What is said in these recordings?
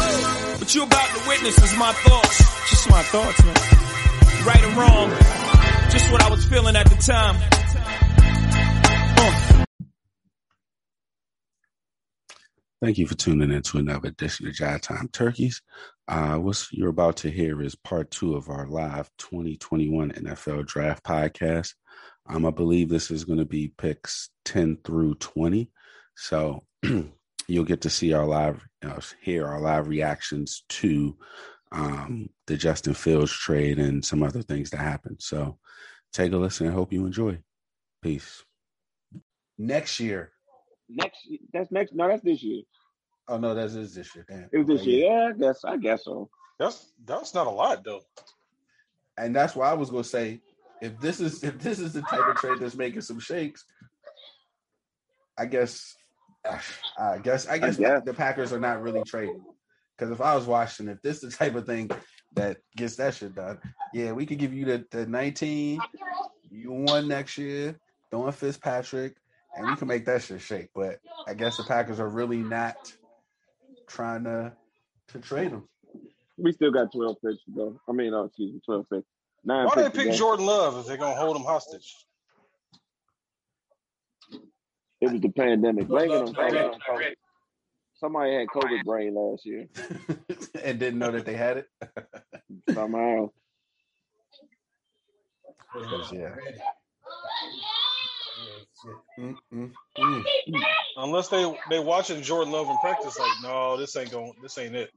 What you about to witness is my thoughts. Just my thoughts, man. Right or wrong. Just what I was feeling at the time. Uh. Thank you for tuning in to another edition of Jive Time Turkeys. Uh, what you're about to hear is part two of our live 2021 NFL Draft podcast. Um, I believe this is going to be picks 10 through 20. So you'll get to see our live, you know, hear our live reactions to um, the Justin Fields trade and some other things that happened. So take a listen. I hope you enjoy. Peace. Next year. Next, that's next. No, that's this year. Oh no, that is this year. Damn. Oh, It was this year. Yeah, I guess. I guess so. That's that's not a lot though. And that's why I was gonna say, if this is if this is the type of trade that's making some shakes, I guess, I guess, I guess, guess. the Packers are not really trading. Because if I was Washington, if this is the type of thing that gets that shit done, yeah, we could give you the, the 19, you won next year, throwing Fitzpatrick, and we can make that shit shake. But I guess the Packers are really not trying to to trade him. We still got twelve picks to go. I mean, oh, excuse me, twelve picks. Nine. Why picks they to pick go. Jordan Love if they're gonna hold him hostage? It was the pandemic. Blame it on blame it on COVID. Somebody had COVID brain last year. and didn't know that they had it. Somehow. 'Cause, yeah. Mm, mm, mm. Unless they they watching Jordan Love in practice, like, no, this ain't going, this ain't it.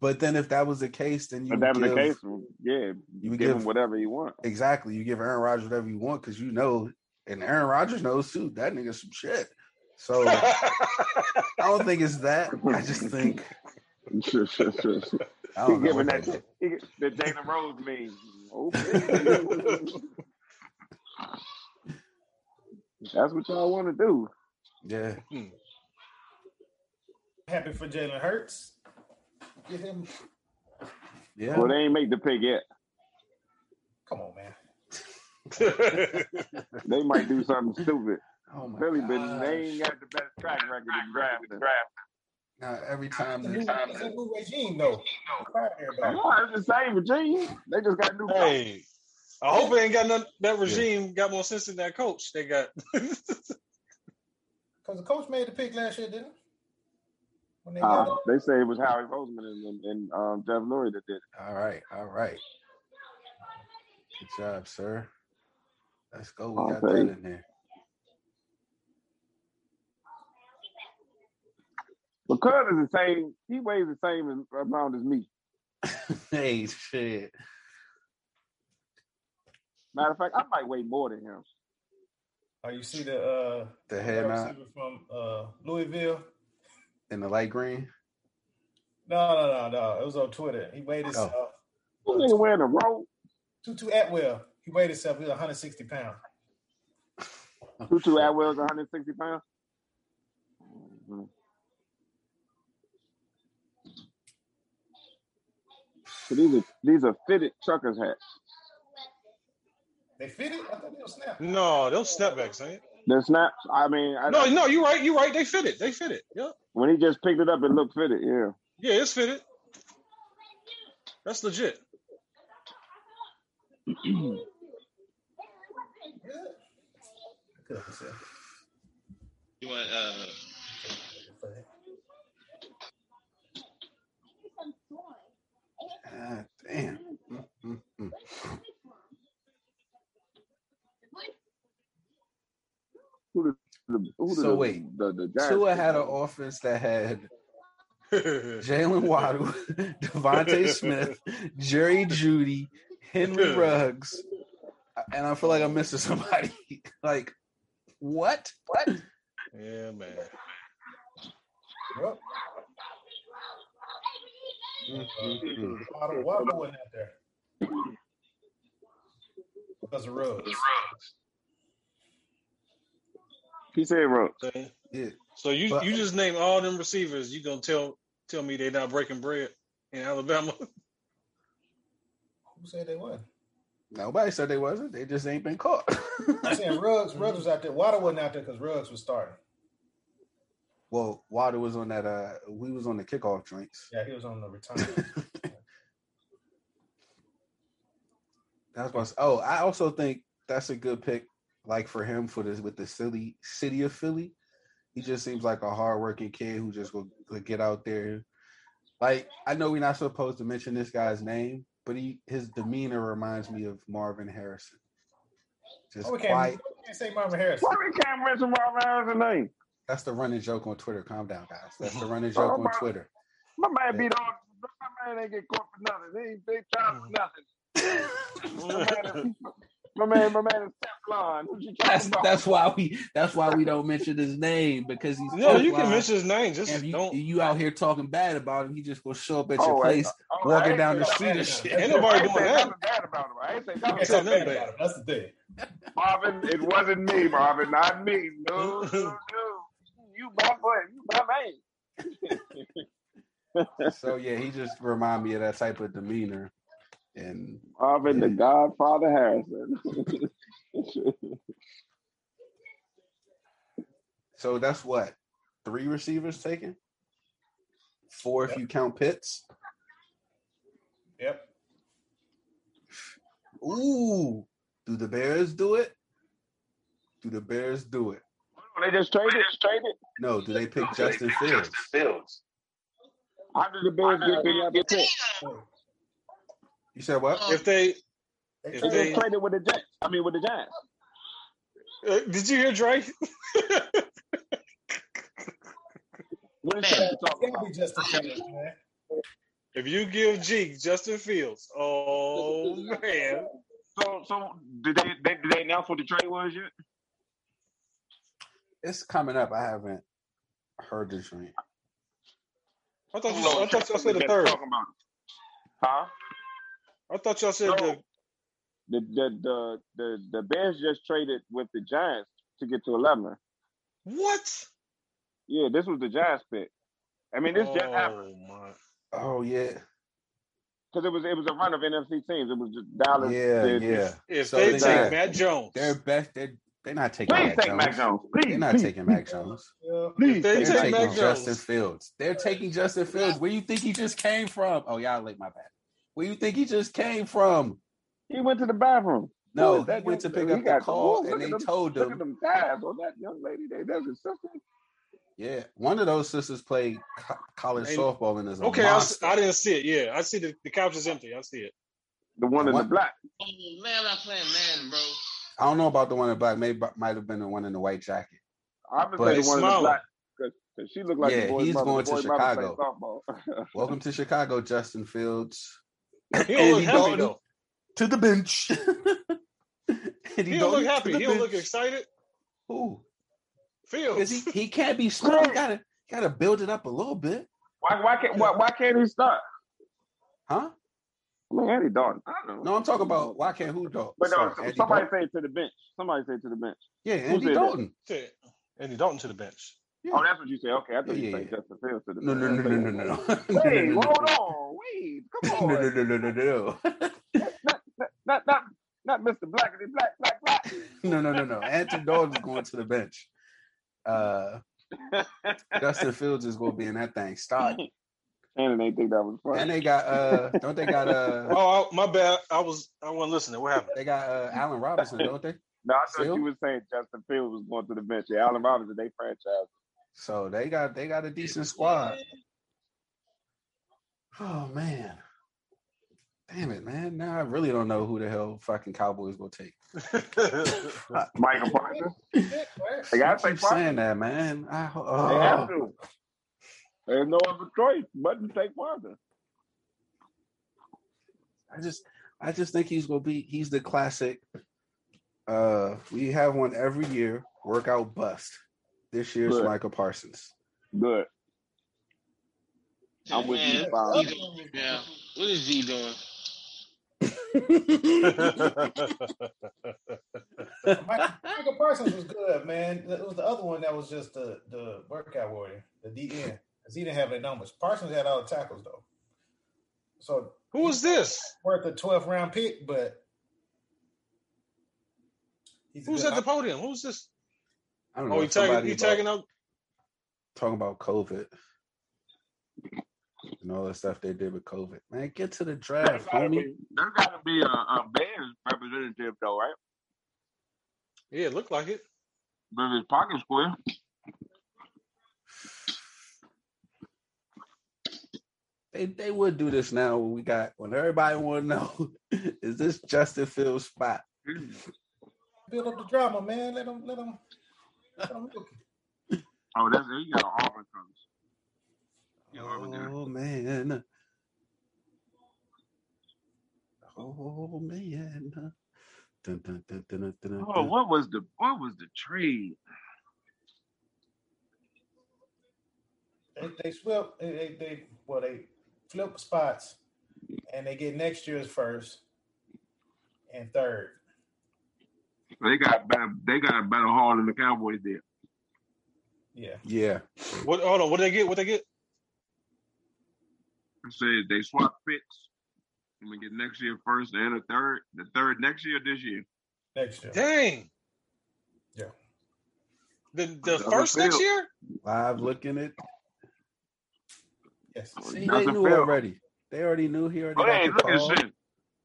But then if that was the case, then you If would that was the give- case, well, yeah, you you would give him give- whatever you want. Exactly. You give Aaron Rodgers whatever you want because you know, and Aaron Rodgers knows too. That nigga's some shit. So I don't think it's that. I just think Sure, sure, sure, sure. I He don't know. giving that he, the Dana Rose mean. Okay. That's what y'all want to do. Yeah. Happy for Jalen Hurts. Get him. Yeah. Well, they ain't make the pick yet. Come on, man. They might do something stupid. Oh my Philly, but gosh. they ain't got the best track record in drafting. Now every time It's a new, that- it's a new regime, though. I'm tired of everybody. No, it's the same Virginia. They just got new. coaches. hey, I hope it ain't got none. That regime got more sense than that coach. They got. Because the coach made the pick last year, didn't he? When they Uh, got they say it was Howie Roseman and, and, and um, Jeff Lurie that did it. all right, all right. Good job, sir. Let's go. We got Okay. that in there. Because is the same. He weighs the same as- amount as me. hey, shit. Matter of fact, I might weigh more than him. oh, you see the uh, The head wide nod receiver from uh, Louisville? in the light green. No, no, no, no. It was on Twitter. He weighed himself. This nigga wearing a rope. Tutu Atwell. He weighed himself. He was 160 pounds. Tutu Atwell's 160 pounds. Mhm. So these are these are fitted truckers hats. They fit it? I thought they was snap. no, those snapbacks ain't. They're snaps. I mean, I, No, no, you right, you right. They fit it. They fit it. Yep. when he just picked it up, it looked fitted. Yeah. Yeah, it's fitted. That's legit. Good himself. You want uh Ah, damn. Mm, mm, mm. Who the, the who the, So wait, the, the Giants Tua had an picked? offense that had Jalen Waddle, Devontae Smith, Jerry Judy, Henry Ruggs, and I feel like I'm missing somebody. like, what? What? yeah, man. Yep. Waddle, Waddle wasn't out there. Because of Rhodes. He said wrong. Okay. Yeah. So you But- you just name all them receivers. You gonna tell tell me they're not breaking bread in Alabama? Who said they wasn't? Nobody said they wasn't. They just ain't been caught. I'm saying Ruggs, Ruggs was out there. Waddle wasn't out there because Ruggs was starting. Well, Water was on that. Uh, we was on the kickoff joints. Yeah, he was on the retirement. That's what's. Oh, I also think that's a good pick. Like for him, for this with the silly city of Philly, he just seems like a hardworking kid who just will, will get out there. Like I know we're not supposed to mention this guy's name, but he his demeanor reminds me of Marvin Harrison. Just oh, we, can't, quiet. we can't say Marvin Harris. Why we can't mention Marvin Harrison name? That's the running joke on Twitter. Calm down, guys. That's the running Oh, joke on Twitter. My man beat all. My man ain't get caught for nothing. He ain't big time Mm. for nothing. my, man is, my man, my man is Teflon. What you talking That's about? that's why we that's why we don't mention his name because he's No, you Teflon. can mention his name. Just And you, don't. you out here talking bad about him. He just gonna show up at Oh, your I- place Oh, I walking ain't down the say street nothing. and shit. Ain't nobody I doing ain't say that. nothing bad about him. I ain't say We nothing can't It's say on bad. nothing them, about him. That's the thing. Marvin, it wasn't me, Marvin, not me. No, no, no. You my boy, you my man. So yeah, he just remind me of that type of demeanor. And Marvin, the Godfather Harrison. so that's what three receivers taken, four if you count Pitts. Yep. Ooh, do the Bears do it? Do the Bears do it? they just traded. Just traded. No, do they pick Justin Fields? How did the Bears get the other pick? You said what? If they They If They traded- they- just traded with the Jets. I mean, with the Giants. uh, did you hear Drake? What is that It's talking gotta about? be just a finish, man. if you give Jeek Justin Fields, oh man, So, so did they, they did they announce what the trade was yet? It's coming up. I haven't heard this ring. I Oh, thought you, I thought y'all said the Just third. Talking about it. Huh? I thought y'all said the. The the the the, the Bears just traded with the Giants to get to eleven. What? Yeah, this was the Giants pick. I mean, this just happened. Oh, my. Oh yeah, because it was it was a run of NFC teams. It was just Dallas. Oh. yeah, did- yeah. If So they they take got- Matt Jones, They're best. They're they're not taking. Mac Please take Jones. Mac Jones. Please, They're not please, taking Mac Jones. Yeah. please. They They're take taking Mac Jones. Justin Fields. They're taking Justin Fields. Where you think he just came from? Oh, y'all late. My bad. Where you think he just came from? He went to the bathroom. Boy, No, that he went to young- pick he up the got- call, Ooh, look and at they them- told Look at him. them thighs on that young lady. They, that's his sister. Yeah, one of those sisters played co- college Ain't- softball and is a okay, I, s- monster. I didn't see it. Yeah, I see the the couch is empty. I see it. The one in the What? black. Oh man, I'm playing Madden, bro. I don't know about the one in black. Maybe might have been the one in the white jacket. I'm gonna But- say the one in the Smiling. black because she looked like Yeah, the boy's he's mother. going the to boy's mother played Chicago. softball. Welcome to Chicago, Justin Fields. He don't look Andy happy Dalton. though. To the bench. He don't look happy. He don't look excited. Ooh, because Fields. he, he can't be slow. You gotta gotta build it up a little bit, why why can't why, why can't he start? huh? I mean, Andy Dalton. I don't know. No, I'm talking about why can't who dog? But no, Sorry, Andy somebody Dalton. say it to the bench. Somebody say it to the bench. yeah, who Andy said that? Dalton. Shit. Andy Dalton to the bench. Oh, that's what you say. Okay, I thought you Yeah, said yeah. Justin Fields to the No, bench. no, no, no, no, no, no. Wait, no, no, hold on. Wait, come no, on. no, no, no, no, no, not, not, not, not, not Mr. Blackity, black, black, black. no, no, no, no. Andy Dalton's going to the bench. Uh, Justin Fields is going to be in that thing. Stop. Shannon ain't think that was And funny. they got uh, don't they got uh, Oh, I, my bad. I was I wasn't listening. What happened? they got uh, Allen Robinson, don't they? No, I thought Phil? you were saying Justin Fields was going to the bench. Yeah, Allen Robinson, they franchise. So they got they got a decent squad. Oh man. Damn it, man. Now I really don't know who the hell fucking Cowboys will take. Michael Parsons. They I got to say keep Parsons. saying that, man. I, ho- They have oh, to. There's no other choice but to take Parsons. I just I just think he's gonna be he's the classic. Uh we have one every year, workout bust. This year's Look. Michael Parsons. Good. I'm with you, Man, Bob. what he doing now? What is he doing? Michael, Michael Parsons was good, man. It was the other one that was just the the workout warrior, the DN, because he didn't have the numbers. Parsons had all the tackles though, so Who is this? worth a 12th round pick, but he's a Who's good at the option. podium? Who's this? I don't know. Oh, you tagging? somebody You about- tagging out? talking about COVID and all the stuff they did with COVID. Man, get to the There draft, gotta homie. be, there gotta be a, a Bears representative though, right? Yeah, it looked like it. But his pocket square. They they would do this now when we got when everybody want to know is this Justin Fields spot? Mm. Build up the drama, man. Let them, let them, let them look. Oh, that's you got an Auburn coach. You know, Auburn guy. Oh man. Oh man. Dun, dun, dun, dun, dun, dun, Oh, dun. what was the what was the trade? They, they flip. They, they, they well, they flip spots, and they get next year's first and third. They got better. They got better haul than the Cowboys did. Yeah, Yeah. What? Hold on. What they get? What they get? I said they swap picks. And we get next year first and a third. The third next year, this year. next year. Dang. Yeah. The the Another first next field. year? Live looking at Yes. See, they Justin knew Fields. already. They already knew he already Oh, hey, got the look at call. sis.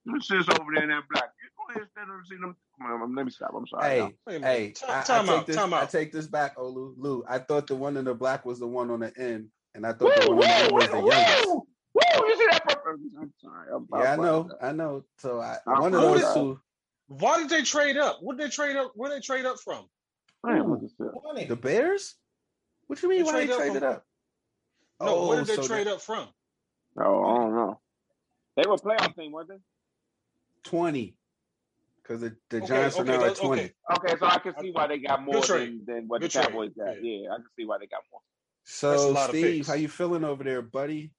Look at sis over there in that black. You go ahead and stand up and see them. Come on, let me stop. I'm sorry. y'all. Hey, Wait a minute. hey, Ti- I, I time take out, this, time I out. take this back, Olu. Lou, I thought the one in the black was the one on the end, and I thought the one on the end was the youngest. woo, woo, you see that? purple? I'm sorry. I'm, I'm Yeah, I sorry. know, I know. So I, I'm one of proud those of that. two, Why did they trade up? What did they trade up? Where did they trade up from? I ain't looking sis. Twenty. the Bears. What you mean? They Why they traded up traded from- up? Oh, No, where did they so trade the up from? Oh, I don't know. They were playoff team, weren't they? Twenty, because the, the Okay, Giants okay, are now at that's- twenty. okay. Okay, so I can see why they got more Good trade. than, than what Good the trade. Cowboys got. Yeah. Yeah. I can see why they got more. That's a So lot of Steve, picks. how you feeling over there, buddy?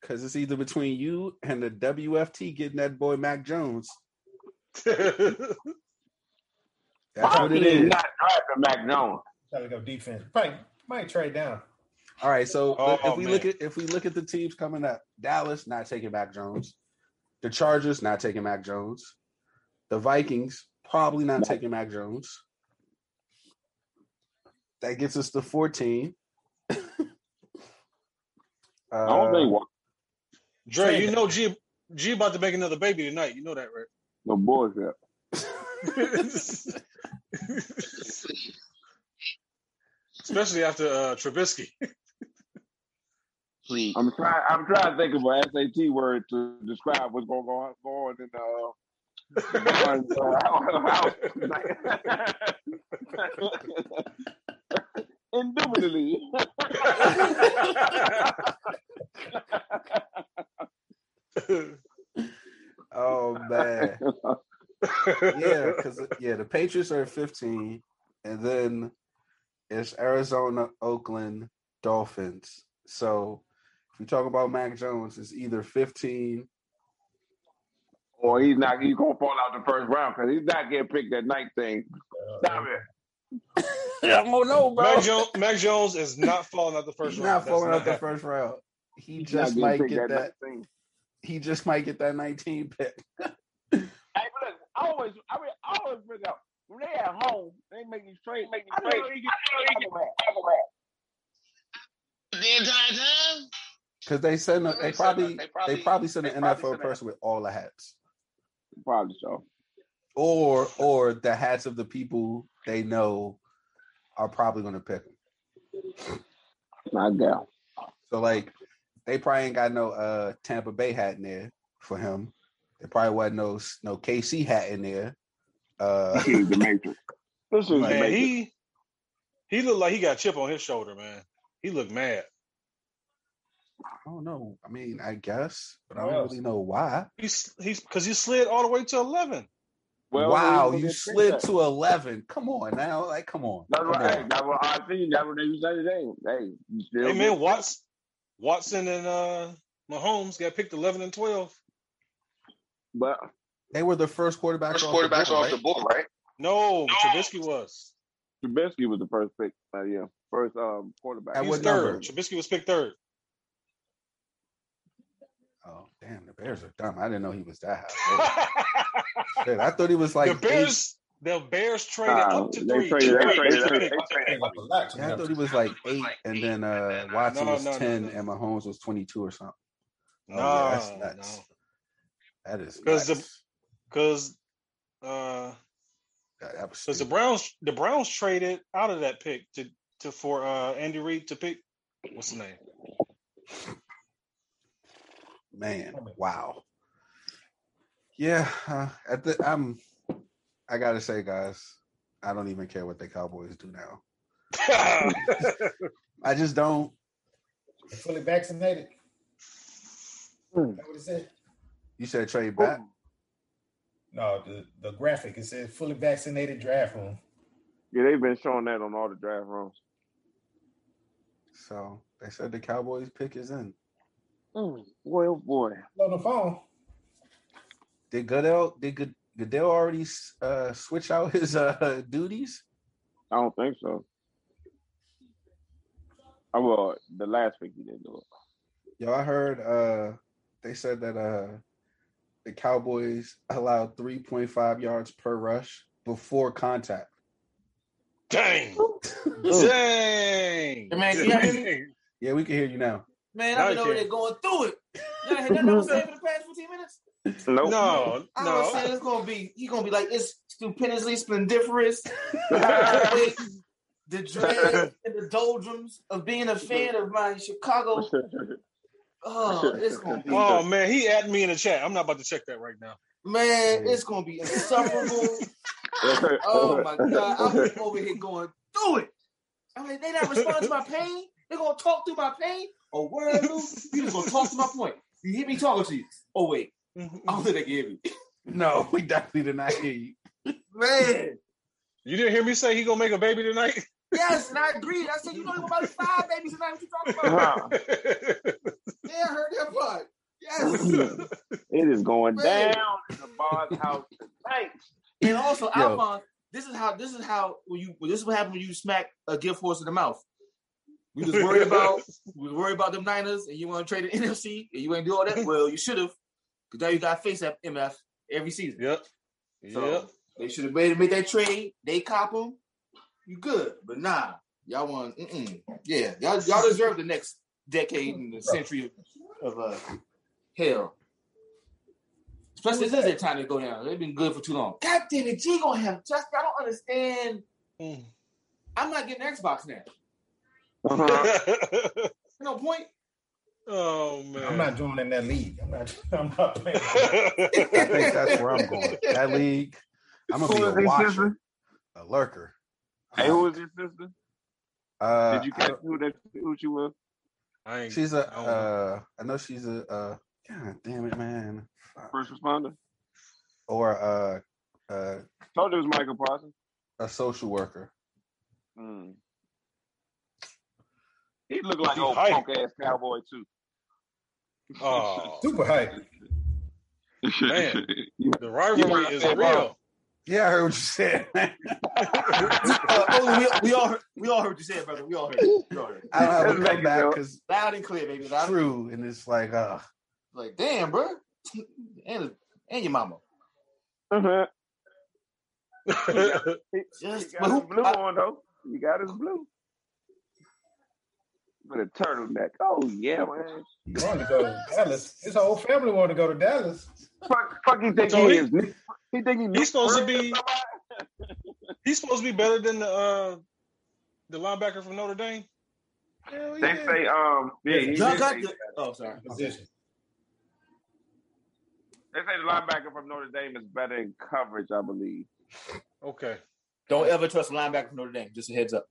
Because it's either between you and the WFT getting that boy Mac Jones. That's Why what it did they is. not drafting Mac Jones? Try to go defense. Probably might trade down. All right, so Oh, if we man. look at if we look at the teams coming up, Dallas not taking Mac Jones, the Chargers not taking Mac Jones, the Vikings probably not taking Mac Jones. That gets us to fourteen. I don't uh, think what Dre, Trade you up. know G G about to make another baby tonight. You know that, right? no bullshit. Especially after uh, Trubisky. Please. I'm trying. I'm trying to think of an SAT word to describe what's going on going in uh, Don's, uh, house tonight. Indubitably. oh man, yeah, because yeah, the Patriots are at fifteen, and then it's Arizona, Oakland, Dolphins. So if we talk about Mac Jones, it's either fifteen Or he's not. He's gonna fall out the first round because he's not getting picked that night thing. Uh, Stop it. I don't know, bro. Mac, Jones, Mac Jones is not falling out the first He's round. not That's falling out the happening. first round. He He's not just getting might picked get that. night thing. He just might get that 19 pick. Hey, but look, I always, I, mean, I always bring up when they at home, they make you trade, make you trade. The entire time? Because they send a, they They send a- probably they they probably- probably send they an probably NFL send a- person with all the hats. Probably so. Or or the hats of the people they know are probably gonna pick them. Not down. So like they probably ain't got no uh Tampa Bay hat in there for him. There probably wasn't no no KC hat in there. Uh This is the matrix. This is the Man, matrix. he he looked like he got a chip on his shoulder, man. He looked mad. I don't know. I mean, I guess, but I Who don't else? really know why. He's he's because he slid all the way to eleven. wow, he was you a slid trick to eleven. Come on now, like come on. That's come what, hey, on. that's what I seen. That's what they was saying today. Hey, you still Hey get- man, Watts, Watson and uh Mahomes got picked eleven and twelve. but They were the first quarterbacks. First off the quarterbacks board, off right? the board, right? No, Trubisky was. Trubisky was the first pick. Uh, yeah, first um quarterback. At He what was number? third. Trubisky was picked third. Oh damn, the Bears are dumb. I didn't know he was that high. Shit, I thought he was like the Bears The Bears traded Uh, up to they three. traded, they traded, they Traded traded, up to they three. traded. Like a lot to me. Yeah, I thought he was like eight, and then uh, Watson No, was no, no, ten, no. and Mahomes was twenty-two or something. Oh, yeah, No, that's nuts. That is 'Cause the- nuts. because uh, That- that was because the stupid. Browns the Browns traded out of that pick to to for uh Andy Reid to pick what's the name? man wow yeah uh, at the, i'm i gotta say guys i don't even care what the cowboys do now i just don't Fully vaccinated. Hmm. Is that what it said? you said trade back No, the, the graphic it said fully vaccinated draft room. Yeah, they've been showing that on all the draft rooms. so they said the cowboys pick is in Mm, boy, oh boy. On the phone. did goodell did Good, goodell already s- uh switch out his uh duties I don't think so. Oh, well, the last week he didn't do it. yo i heard uh they said that uh the cowboys allowed 3.5 yards per rush before contact Dang. Mm. Dang. Man, see, I didn't- Dang. yeah we can hear you now Man, Now I've been you over can. there going through it. Y'all had nothing I was saying for the past 15 minutes? Nope. No, I was saying no. it's gonna be he's gonna be like it's stupendously splendiferous. the dread and the doldrums of being a fan of my Chicago. Oh, it's gonna be Oh man, he at me in the chat. I'm not about to check that right now. man, it's gonna be insufferable. Oh my god, I'm over here going through it. I mean, they not respond to my pain. They gonna talk through my pain. Oh, word, Lou, you just gonna talk to my point. You hear me talking to you? Oh wait, Mm-hmm. I don't think they can hear me. No, we definitely did not hear you. Man, You didn't hear me say he gonna make a baby tonight? yes, and I agreed. I said you know about five babies tonight. What you talking about? Uh-huh. Huh. Yeah, I heard that part. Yes, it is going Man. down in the Bond's house tonight. and also Yo. Alphonse, this is how this is how when you this is what happened when you smack a gift horse in the mouth. We was worried about we was worried about them Niners, and you want to trade the NFC, and you ain't do all that. Well, you should have, because now you got to face that MF every season. Yep. So Yep. they should have made made that trade. They cop them. You good, but nah, y'all want. Mm-mm. Yeah, y'all y'all deserve the next decade and the century of, of uh, hell. Especially this is their time to go down. They've been good for too long. God damn it, G gonna have just. I don't understand. I'm not getting Xbox now. Uh-huh. No point. oh man. I'm not joining that league. I'm not. I'm not playing. I think that's where I'm going. That league, I'm Who gonna is be a his watcher, sister? a lurker. Hey, who is your sister? Uh, Did you I catch who that who she was? I don't- ain't, she's a. I don't Uh, I know she's a. Uh, God damn it, man. First responder? Or uh, uh, Told you it was Michael Parsons. a social worker. Mm. He looked like He old hype. punk ass cowboy too. oh Super hype. man, the You rivalry wanna is say real. Yeah, I heard what you said. man. Uh, Ole, we, we all heard, we all heard you say it, brother. We all heard. It. We all heard. It. I don't have Doesn't to make come it back up. because Loud and clear, baby. it's Loud and true, and it's like, uh, Like, damn, bro. And and your mama. Uh-huh. He Just got but his who, blue I, on though. He got his blue. With a turtleneck. Oh yeah, man. He wanted to go to Dallas. His whole family wanted to go to Dallas. Fuck, fuck he think So he he- is. Nick? He think he Nick He's supposed to Fury be. or somebody? He's supposed to be better than the uh, the linebacker from Notre Dame. Hell They yeah. say um yeah, he y'all did got say the, that. oh sorry. Position. They say the linebacker from Notre Dame is better in coverage, I believe. Okay. Don't ever trust a linebacker from Notre Dame. Just a heads up.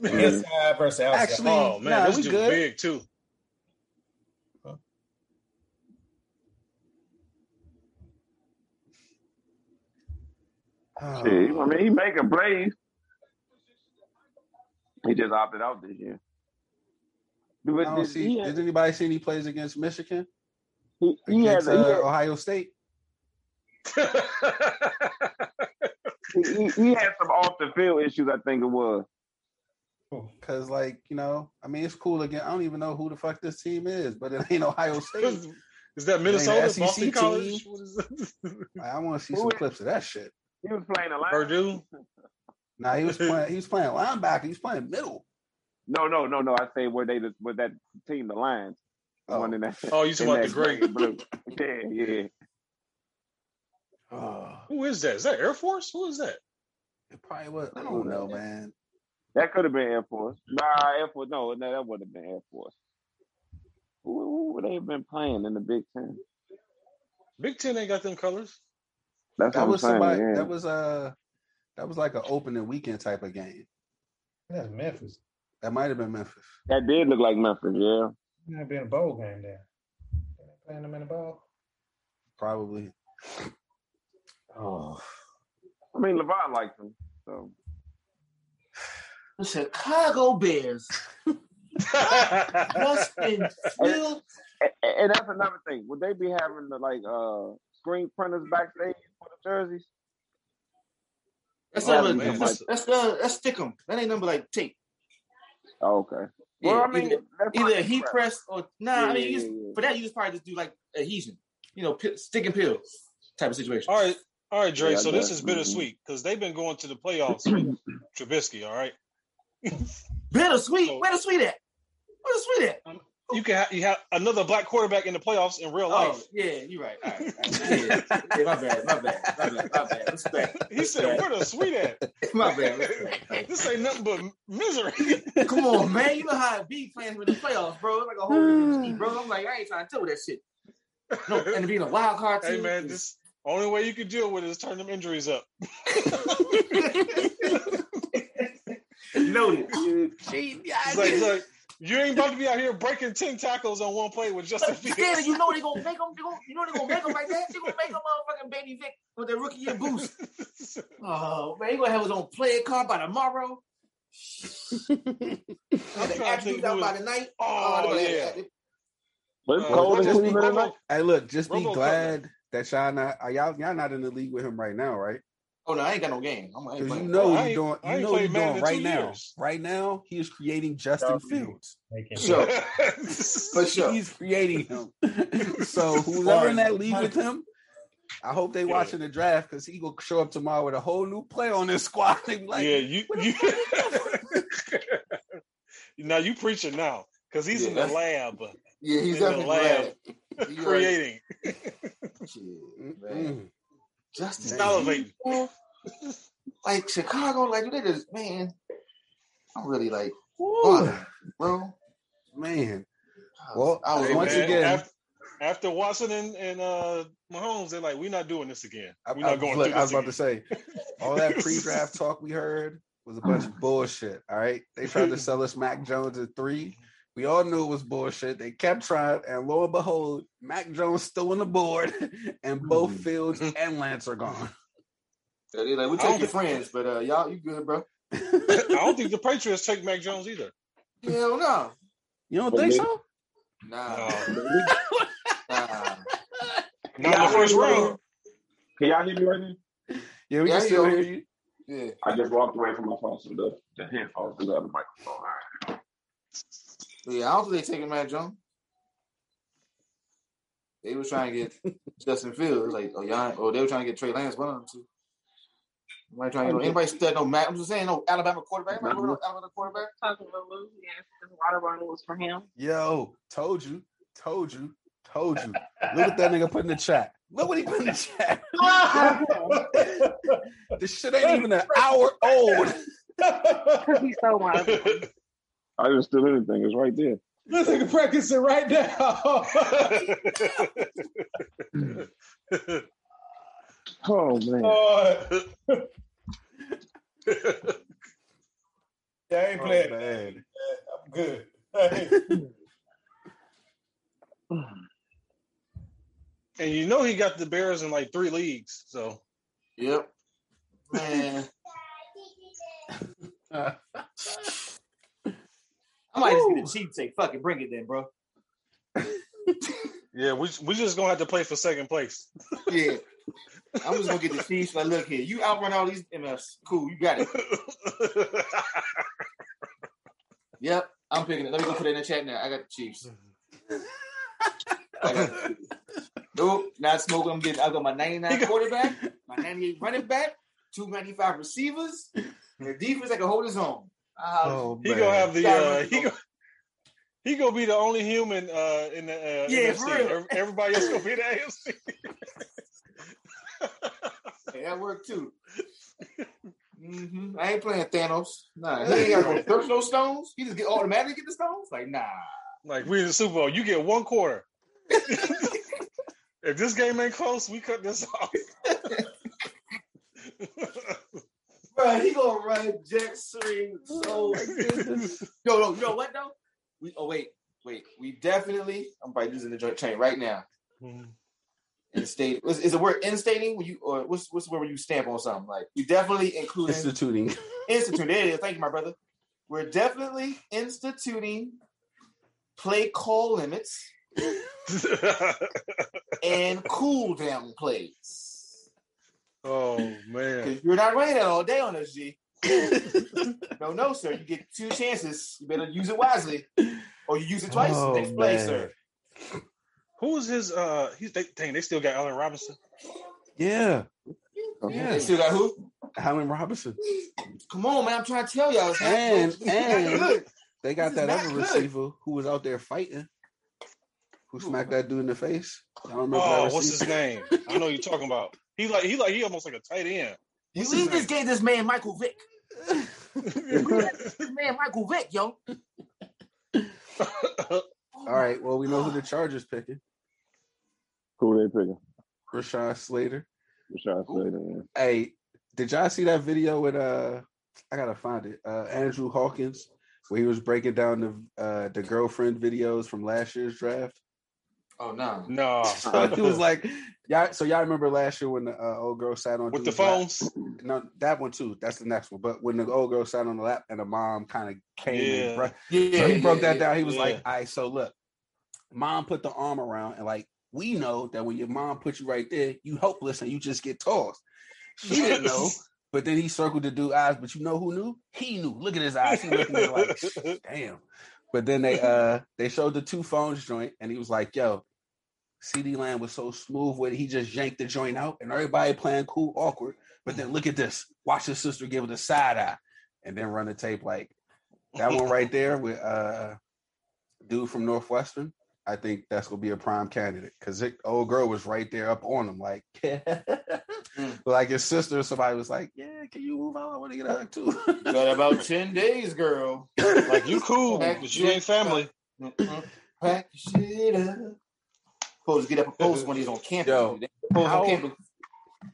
Inside versus outside. Actually- Oh man, Nah, this we dude good. big too. oh, Shit, I mean, he make a play. He just opted out this year. I But don't this- see. he had- Did anybody see any plays against Michigan? he- he had Against a- he uh, had- Ohio State? he he- he had some off the field issues, I think it was. Cause like you know, I mean, it's cool again. I don't even know who the fuck this team is, but it ain't Ohio State. is that Minnesota SEC E Boston team. College? What is it? I want to see Who some is- clips of that shit. He was playing a line. Purdue. Nah, he was playing. He was playing linebacker. He was playing middle. No, no, no, no. I say where they just where that team, the Lions, the Oh. one in that. Oh, you talking in about the that great? blue. Yeah, yeah. Oh, Who is that? Is that Air Force? Who is that? It probably was. I don't know, man. That could have been Air Force. Nah, Air Force. No, no, that would have been Air Force. Who, who would they have been playing in the Big Ten? Big Ten ain't got them colors. That's That what was I'm saying. somebody. yeah. That was uh That was like an opening weekend type of game. That's Memphis. That might have been Memphis. that did look like Memphis. Yeah. Might be in a bowl game there. They Playing them in a bowl. Probably. Oh. I mean, LeVar liked him. So The Chicago Bears must been real. and, and that's another thing. Would they be having the like uh screen printers backstage for the jerseys? That's Oh, not really. man. That's that's, uh, that's stick 'em. That ain't number like tape. Oh, okay. Yeah, well, I mean, either, that's either not- a heat press or nah. Yeah, I mean, yeah, you just, yeah, yeah. for that you just probably just do like adhesion. You know, pi stick and peel type of situation. all right, all right, Dre. Yeah, I so guess. this is Mhm. bittersweet because they've been going to the playoffs with Trubisky. All right, Bittersweet. So- Where the sweet at? Where the sweet at? you can have, you have another black quarterback in the playoffs in real Oh, life. yeah, you're right. All right, all right. Yeah, yeah, my bad, my bad, my bad, my bad. Respect, He said, "Where the sweet at? Oh, my bad. Respect. This ain't nothing but misery." Come on, man. You know how it be playing with the playoffs, bro. It's like a whole different team, bro. I'm like, I ain't trying to deal with that shit. No, and being a wild card team. hey man, this only way you can deal with it is turn them injuries up. noted. It's like, it's like, you ain't about to be out here breaking ten tackles on one play with Justin But Stanley, Fields. you know they gonna make them. They gonna, you know they gonna make them like that. They gonna make them motherfucking baby Vic with their rookie year boost. Oh man, he gonna have his own player card by tomorrow. I'm The trying to think attributes out who by is, the night. oh yeah, But it's Uh, cold in Robo- Cleveland Robo- tonight. Hey, look, just be Robo glad that y'all not are y'all y'all not in the league with him right now, right? Oh no, I ain't got no game. I'm I ain't Because you playing. know I you ain't- doing I you ain't know you played Madden doing in right two now. years. Right now, he is creating Justin Y'all- Fields. Making Sure. For sure. He's creating him. so whoever in that league with him, I hope they Yeah. watching the draft because he gonna show up tomorrow with a whole new player on his squad. They be like, yeah, you what the you. fuck now you preaching now because he's in the Yeah. lab Yeah, he's In the definitely lab. glad. He already- creating, Shit, "Mm, Mm-hmm. man. Mm-mm. Justin salivating. Fields, like Chicago, like they just man. I'm really like Woo. bothered, bro. mm, man. Well, I was Hey, once man, again- after, after Watson and, and uh, Mahomes, they're like, "We're not doing this again. I, We're I- not going look, through I was this about to again." say all that pre-draft talk we heard was a bunch of bullshit. All right, they tried to sell us Mac Jones at three. We all knew it was bullshit. They kept trying, and lo and behold, Mac Jones still on the board, and both Mm. Mhm. Fields and Lance are gone. Yeah, they like we I don't take your think- friends, but uh, y'all, you good, bro? I don't think the Patriots take Mac Jones either. Hell no, You don't But think they- so? nah, No. nah. Not in the first round. Can y'all hear me right now? Yeah, we Yeah, can he still don't. hear you. Yeah, I just walked away from my phone, so the, the headphones and the other microphone. All right. yeah. I don't think they taking Matt Jones. They were trying to get Justin Fields, like oh y'all, oh they were trying to get Trey Lance, one of them two. Nobody trying to get no, anybody stud no Matt. I'm just saying no Alabama quarterback. Anybody going no Alabama quarterback? Talking about Lou, he asked if the water bottle was for him. Yo, told you, told you, told you. Look at that nigga put in the chat. Look what he put in the chat. This shit ain't even an hour old. Because he's so wild. I didn't steal anything. It's right there. This nigga practicing right now. Oh man. Yeah, I ain't playing. that. man. I'm good. Hey, and you know he got the Bears in like three leagues, so Yep. Man, I might just get a cheap take. Fuck it, bring it then, bro. yeah, we we just gonna have to play for second place. Yeah. I'm just gonna get the Chiefs. Like, look here, you outrun all these MFs. Cool, you got it. Yep, I'm picking it. Let me go put it in the chat now. I got the Chiefs. I got the Chiefs. Nope, not smoking. I'm getting. I got my 99 He got- quarterback, my 98 running back, 295 receivers, and a defense that can hold his own. Uh, Oh, He man. gonna have the Sorry, uh, Ricky. he gonna, he gonna be the only human uh, in the uh, Yeah, NFC. for real. Ev- Everybody else gonna be in the AFC. Hey, that worked too. hmm I ain't playing Thanos. Nah, he ain't got to go search no stones. He just get automatically get the stones. Like nah, like we in the Super Bowl, you get one quarter. if this game ain't close, we cut this off. bro, he gonna run jet stream. So yo, yo, yo, what though? We oh wait, wait, we definitely. I'm probably losing the joint train right now. Instate is, is the word instating? When you or what's what's the word when you stamp on something? Like we definitely including Instituting. institute. There it is. Thank you, my brother. We're definitely instituting play call limits. and cool down plays. oh man, 'Cause You're not running that all day on us, G. no, no, sir. You get two chances. You better use it wisely, or you use it twice. Oh, next play, man. sir. who's his? Uh, he's they, dang, they still got Allen Robinson. Yeah. Yeah. They still got who? Allen Robinson. Come on, man. I'm trying to tell y'all. it's not- And- it's not good. They got This that is not other good. receiver who was out there fighting, who smacked that dude in the face. I don't remember that Oh, receiver. what's his name? I know who you're talking about. He like he like he almost like a tight end. You leave this game, this man Michael Vick. What's This man Michael Vick, yo. All right. Well, we know who the Chargers picking. Who they picking? Rashad Slater. Rashad Slater. yeah. Hey, did y'all see that video with uh I gotta find it. Uh Andrew Hawkins, where he was breaking down the uh the girlfriend videos from last year's draft. Oh no. no, Like, he was like, y'all so y'all remember last year when the uh, old girl sat on with the dude's lap? phones. No, that one too. That's the next one. But when the old girl sat on the lap and the mom kind of came Yeah. and bro- Yeah, so he broke yeah, that yeah. down. He was Yeah. like, "All right, so look, mom put the arm around, and like we know that when your mom puts you right there, you helpless and you just get tossed." She didn't know, but then he circled the dude's eyes. But you know who knew? He knew. Look at his eyes. He looking at it like, damn. But then they uh they showed the two phones joint, and he was like, "Yo." CD Land was so smooth with it, he just yanked the joint out, and everybody playing cool, awkward. But then look at this. Watch his sister give it a side eye, and then run the tape like that one right there with uh dude from Northwestern, I think that's gonna be a prime candidate because old girl was right there up on him, like like his sister. or Somebody was like, "Yeah, can you move out? I want to get a hug too." You got about ten days, girl. like you cool, but you ain't family. Pack your shit up. Supposed to get up and post when he's on campus. Yo, They post how- on campus.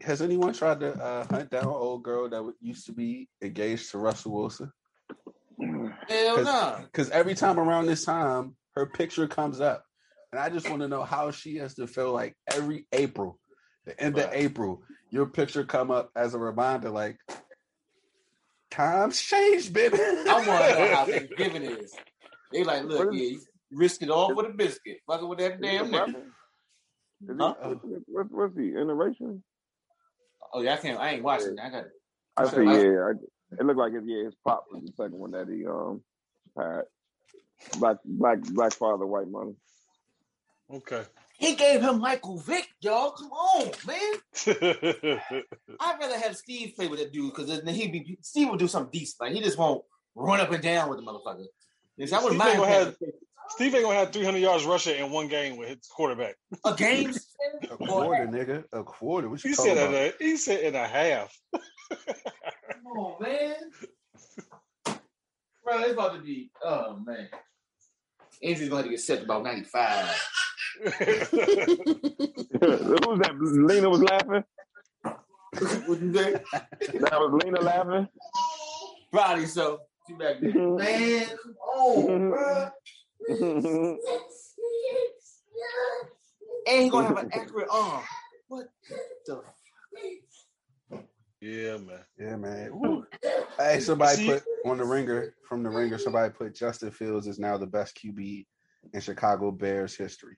Has anyone tried to uh, hunt down old girl that w- used to be engaged to Russell Wilson? Hell Cause- nah. Because every time around this time, her picture comes up, and I just want to know how she has to feel like every April, the end of Right. April, your picture come up as a reminder, like times changed, baby. I want to know how Thanksgiving is. They like, look, yeah, you risk it all for the biscuit. Fucking with that Is he a damn nigga. brother? Is he, Huh? what's, what's, what's he? Interracial? Oh yeah, I can't. I ain't watching. I got. I So say I- yeah. I, it looked like his yeah. His pop was the second one that he um had. Black black black father, white mother. Okay. He gave him Michael Vick, y'all. Come on, man. I'd rather have Steve play with that dude because then he'd be Steve would do something decent. Like he just won't run up and down with the motherfucker. Yes, I wouldn't Steve ain't mind gonna playing have- Steve ain't gonna have 300 yards rushing in one game with his quarterback. a game. A Boy, quarter, nigga. A quarter. What you He talking said about? in a, he said in a half. Come on, man. Bro, it's about to be. Oh man, Andrew's gonna have to get set to about ninety five. Who was that? Lena was laughing. Would you say? That was Lena laughing. Probably so. She back there. Mhm. Man, come on, bro. Mhm. And he gonna have an accurate arm. What the? yeah, man. Yeah, man. Woo. Hey, somebody See- put on the ringer from the ringer. Somebody put Justin Fields is now the best QB in Chicago Bears history.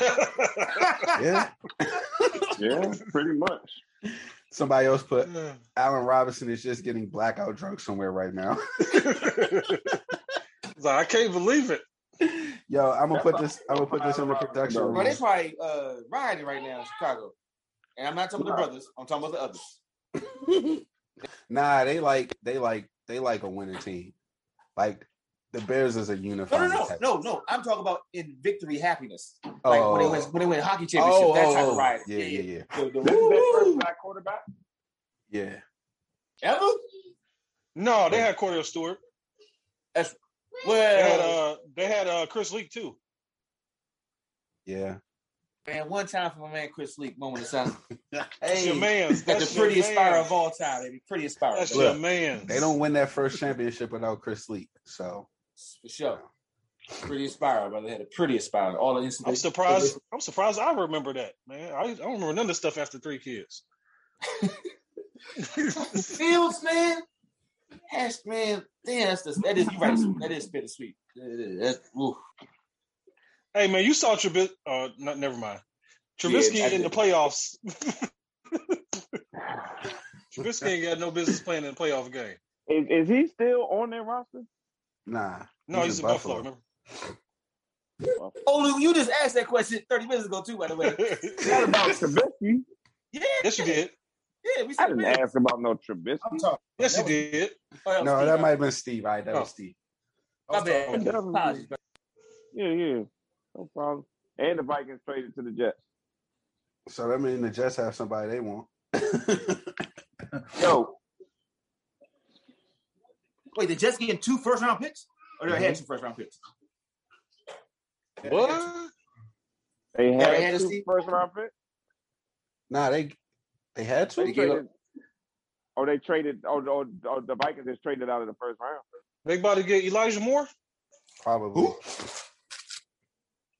Yeah. yeah, pretty much. somebody else put Allen Robinson is just getting blackout drunk somewhere right now. It's like, I can't believe it. Yo, I'm gonna That's put all- this. I'm gonna put this in the production. Bro, they room. probably uh, riding right now in Chicago. And I'm not talking about the brothers. I'm talking about the others. Nah, they like they like they like a winning team. Like the Bears is a No, unified. no, no, type- no, no. I'm talking about in victory happiness. Like Oh, when they win, when they win hockey championship, that type oh, of ride. yeah, yeah, yeah, The- the- This is their first Woo! black quarterback. yeah. Ever? No, they had Cordell Stewart. They had Well, uh, they had uh, Chris Leak too. yeah. man, one time for my man Chris Leak, moment of silence. That's your hey, man's. that's That's the prettiest your spiral man. of all time, baby. Prettiest spiral. That's baby. your Look, man. They don't win that first championship without Chris Leak. So For sure. Prettiest spiral, brother. They had the prettiest spiral. All the instant. I'm surprised. I'm surprised I remember that, man. I, I don't remember none of this stuff after three kids. Fields, man. Hash, man. Damn, that's the, that is you right. That is bittersweet. That's, oof. Hey, man, you saw Trubisky. Uh, no, never mind. Trubisky Yeah, I in the did. playoffs. Trubisky ain't got no business playing in a playoff game. Is, is he still on their roster? nah. No, he's, in in Buffalo. Oh, Lou, you just asked that question 30 minutes ago, too, by the way. Not remember? about Trubisky. Yeah. yes, you did. Yeah, we I said didn't that. ask about no Trubisky. Oh, I'm talking. Yes, you That was- did. Oh, that was No, Steve. that might have been Steve. All right, that Oh. was Steve. My I was bad. talking- Apologies, bro. Yeah, yeah. No problem. And the Vikings traded to the Jets. So that means the Jets have somebody they want. Yo, Wait, the Jets getting two first round picks? Or they already had two first round picks? What? they they had had a two Steve- first round picks. nah, they they had to. They gave up. Traded- Oh, they traded. Oh, oh, oh, the Vikings just traded out of the first round. They about to get Elijah Moore? Probably. Who? Who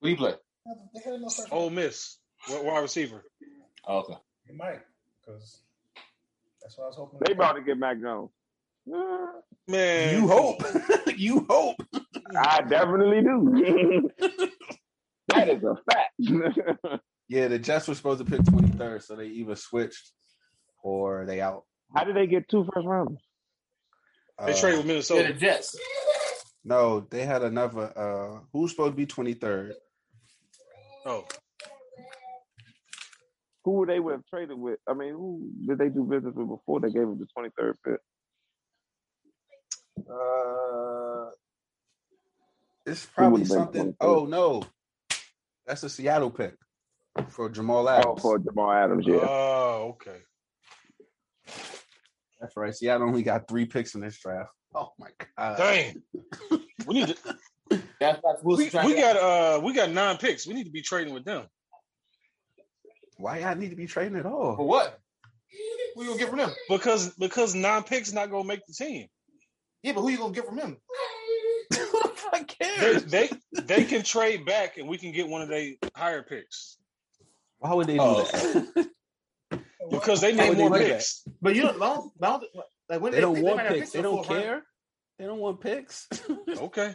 do you play? They had no first Ole Miss. Wide wide receiver. Oh, okay. They might, because that's what I was hoping. They about to get Mac Jones. Yeah, Man. You hope. you hope. I definitely do. that is a fact. Yeah, the Jets were supposed to pick 23rd, so they either switched or they out. How did they get two first rounders? They Uh, trade with So the Minnesota. Jets. No, they had another. Uh, who's supposed to be 23rd? Oh. Who would they would have traded with? I mean, who did they do business with before they gave them the twenty third pick? Uh, it's Who probably would've been something. 23rd? Oh no, that's a Seattle pick for Jamal Oh, Adams. for Jamal Adams, yeah. Oh, okay. That's right. Seattle only got three picks in this draft. Oh my god. Dang. We need to, That's Max Wilson we, trying we to- got uh we got nine picks. We need to be trading with them. Why I need to be trading at For all? what? Who you going to get from them? Because because nine picks not gonna make the team. Yeah, but who you going to get from them? I They care. they they can trade back and we can get one of their higher picks. Why would they do Oh. that? Because they Why need would they more do that? picks. But you don't, I don't, I don't like when They don't they want might have picks. They in the don't fourth round. care. They don't want picks. Okay.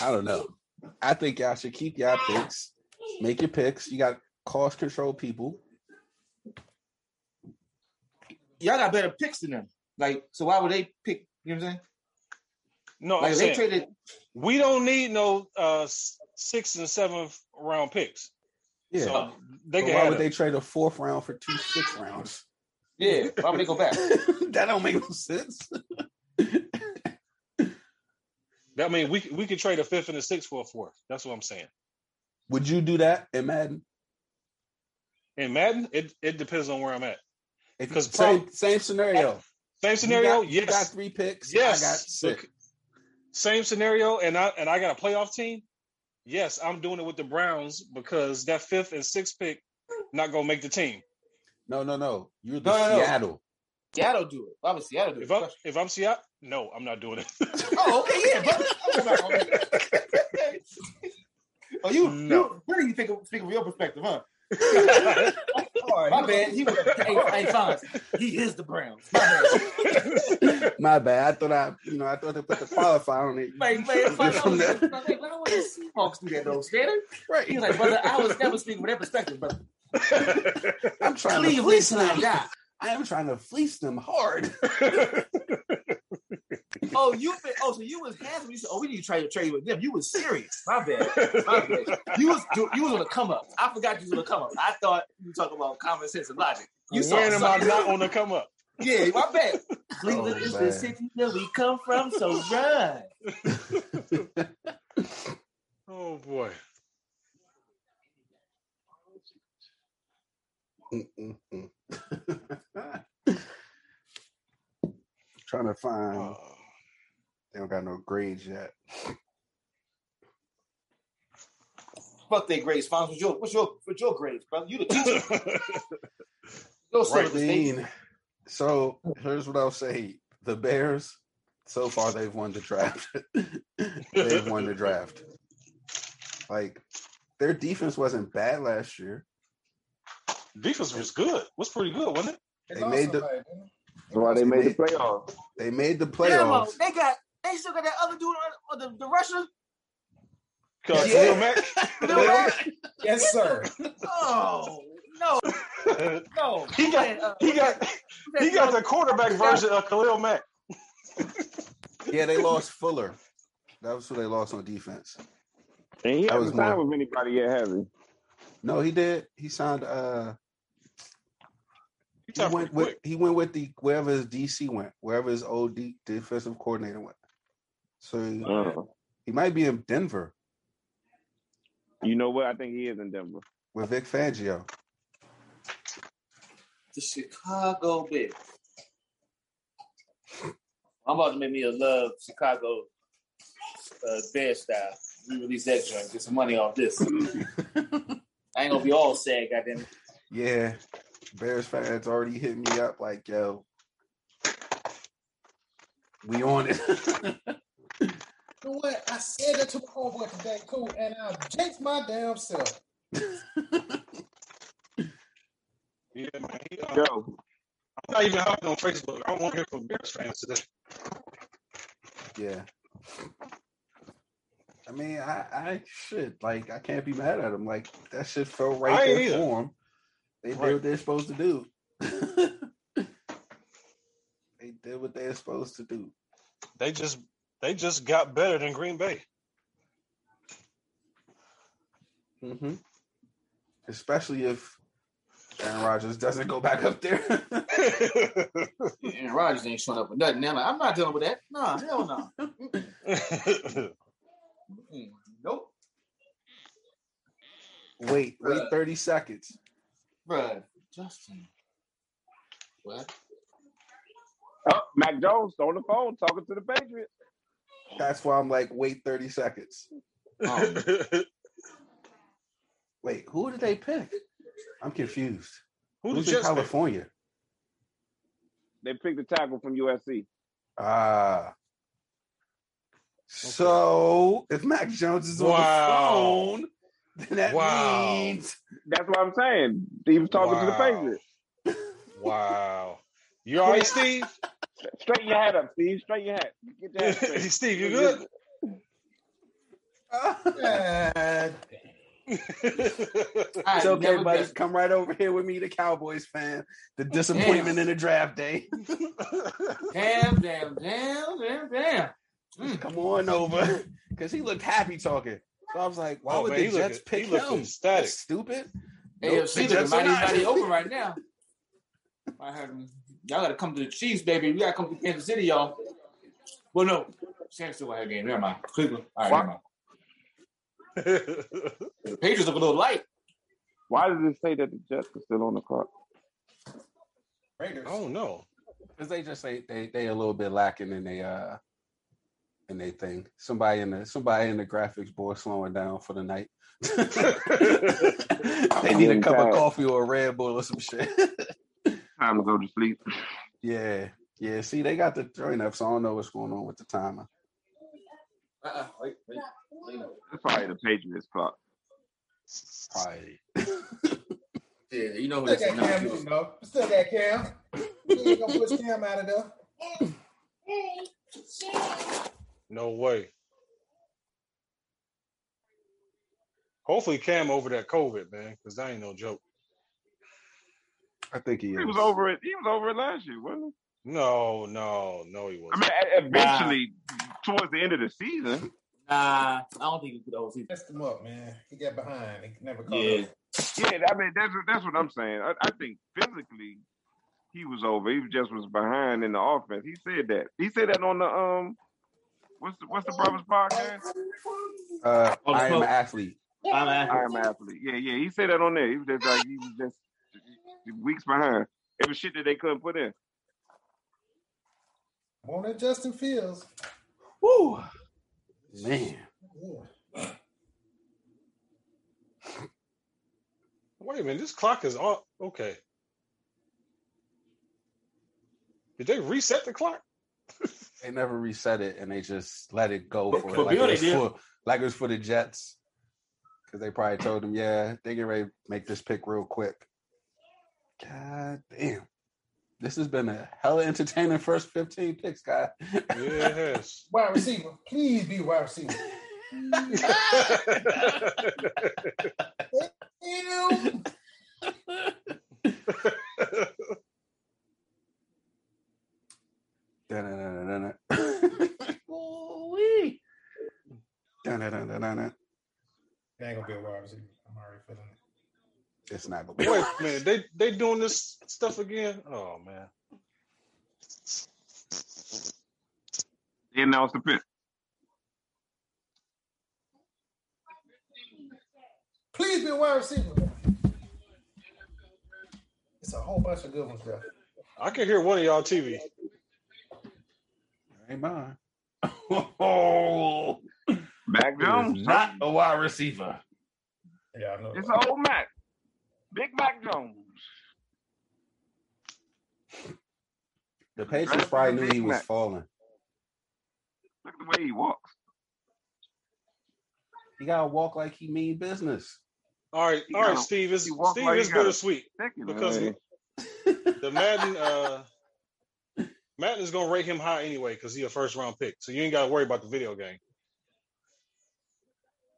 I don't know. I think y'all should keep y'all picks. Make your picks. You got cost control people. Y'all got better picks than them. Like, so why would they pick? You know what I'm saying? No, Like, I'm if they saying traded. we don't need no uh s- sixth and seventh round picks. Yeah. So they But can why have would it. they trade a fourth round for two sixth rounds? Yeah, why would they go back? that don't make no sense. I mean, we we could trade a fifth and a sixth for a fourth. That's what I'm saying. Would you do that in Madden? And Madden, it, it depends on where I'm at. If 'Cause same, prob- same scenario. Same You scenario, got- You got yes, three picks. yes. I got six. Look, Same scenario, and I and I got a playoff team. Yes, I'm doing it with the Browns because that fifth and sixth pick not gonna make the team. No, no, no. You're the No, no, no. Seattle. Seattle do it. Why would Seattle do If it? I'm if I'm Seattle, no, I'm not doing it. Oh, okay, yeah, brother. I'm not gonna do that. oh, you, No. you really you think of, think of your perspective, huh? All My right, bad. He was hey, hey, Fonz, He is the Browns. My bad. My bad. I thought I, you know, I thought they put the qualifier on it. Like, man, Fonz, I From was there. like, man, why would the Seahawks do that though, Shannon? Right. He was like, brother, I was never speaking with that perspective, brother. I'm trying to Cleveland fleece tonight, them. yeah. I am trying to fleece them hard. Oh, you been, oh, so you was handsome. You said, oh, we need to try to trade with them. You was serious. My bad. My bad. You was do- you was on a come up. I forgot you was on a come up. I thought you talking about common sense and logic. You saw When am I something. not on the come up? Yeah, my bad. Cleveland Oh, is man. the city that we come from, so run. Oh boy. Mm-mm-mm. Trying to find. Oh. They don't got no grades yet. Fuck their grades, Fonz. What's your what's your what's your grades, brother? You the teacher. Uh. Your Right. syllabus, Dave. So here's what I'll say: the Bears. So far, they've won the draft. they've won the draft. Like their defense wasn't bad last year. Defense was good. Was pretty good, wasn't it? They made the- somebody, didn't That's why they made the playoffs. They made the Damo, playoffs. they got they still got that other dude on, on the, the Russian. Cause Yeah. Khalil Mack. the Russian- they? Yes, sir. Oh no, no. he uh, got he got he got the quarterback version of Khalil Mack. Yeah, they lost Fuller. That was who they lost on defense. And he That was hasn't signed more- with anybody yet, has he? No, he did. He signed. Uh, He he talked went pretty with quick. he went with the wherever his DC went, wherever his old D, defensive coordinator went. So Uh, Oh. he might be in Denver You know what? I think he is in Denver. with Vic Fangio. the Chicago Bears. I'm about to make me a love Chicago uh, Bear style. We release that joint, get some money off this. I ain't gonna be all sad, goddamn. it. Yeah, Bears fans already hit me up like, yo, we on it. You know what? I said that to my homeboy today, cool, and I jinxed my damn self. Yeah, man. He, uh, Yo, I'm not even hopping on Facebook. I want to hear from Bears fans today. yeah. I mean, I, I shit, like, I can't be mad at him. Like, that shit felt I right ain't there either. for him. They Right. did what they're supposed to do. they did what they're supposed to do. They just they just got better than Green Bay. Mm-hmm. Especially if Aaron Rodgers doesn't go back up there. Aaron Rodgers ain't showing up with nothing. Now, like, I'm not dealing with that. Nah, hell no. Mm-mm. Nope, wait, wait 30 seconds. bruh. Justin, what? uh, oh, Mac Jones on the phone talking to the Patriots. That's why I'm like, wait 30 seconds. Oh, Wait, who did they pick? I'm confused. Who the Who's in Jets? pick? California? They picked a tackle from USC. Ah. So if Mac Jones is Wow. on the phone, then that Wow. means That's what I'm saying. He was talking to the Wow. Patriots. Wow. You all right, Steve? Straighten your hat up, Steve. Straighten your hat. Get your hat straight. Steve, you good? God. I it's okay, never buddy. guessed- Come right over here with me, the Cowboys fan. The disappointment in the draft day. Damn, damn, damn, damn, damn. Come on over. Because he looked happy talking. So I was like, why Oh, would man, the he looked- Jets he pick looked him? ecstatic. That's stupid. Nope, AFC the looking Jets are mighty, not. mighty open right now. I heard him. Y'all gotta come to the Chiefs, baby. We gotta come to Kansas City, y'all. Well, no. Sam still had a game. Never mind. Cleveland. All right, never mind. The Patriots look a little light. Why does it say that the Jets are still on the clock? Raiders. I don't know. Because Oh. they just say they they a little bit lacking in they uh in they thing. Somebody in the somebody in the graphics board slowing down for the night. they need a cup of coffee or a Red Bull or some shit. Time to go to sleep. yeah. Yeah. See, they got the joint up, so I don't know what's going on with the timer. Uh-uh. Wait, wait. That's probably the Patriots clock. Probably. Yeah, you know who Still that's got Cam Newton, though. Still got Cam. You ain't gonna push Cam out of there. No way. Hopefully Cam over that COVID, man, because that ain't no joke. I think he He is. was over it. He was over it last year, wasn't No, no, no, he I wasn't. mean, e- eventually, towards the end of the season, Nah, I don't think he could always either. Messed him up, man. He got behind. He never caught Yeah. up. yeah, I mean, that's what that's what I'm saying. I, I think physically, he was over. He just was behind in the offense. He said that. He said that on the um, what's the what's the brothers podcast? Uh, Oh, the I am smoke. an athlete. I'm I asking. am an athlete. Yeah, yeah. He said that on there. He was just like he was just weeks behind. It was shit that they couldn't put in. Won't that Justin Fields? Woo, man. Yeah. Wait a minute, this clock is on. Okay. Did they reset the clock? They never reset it, and they just let it go for, For it, like Bill, it they was did. for like it was for the Jets, because they probably told them, "Yeah, they get ready to make this pick real quick." God damn, this has been a hella entertaining first fifteen picks, guy. Yes. Wide receiver. Please be wide receiver. You know? Dun-dun-dun-dun-dun. Ooh-wee. Dun-dun-dun-dun-dun. It ain't gonna be a wide receiver. I'm already feeling it. It's not gonna be. Wait a minute, they they doing this stuff again? Oh man. They announced the pick. Please be a wide receiver. It's a whole bunch of good ones left. I can hear one of y'all TV. Ain't mine. oh, Mac it Jones. is not a wide receiver. Yeah, I know. It's old Mac. Big Mac Jones. The Patriots probably knew he was falling. Look at the way he walks. He gotta walk like he mean business. All right, He all got right, him. Steve is He walked Steve like he is got him. bittersweet Thank you, because man. the Madden uh Madden is gonna rate him high anyway because he a first round pick, so you ain't gotta worry about the video game.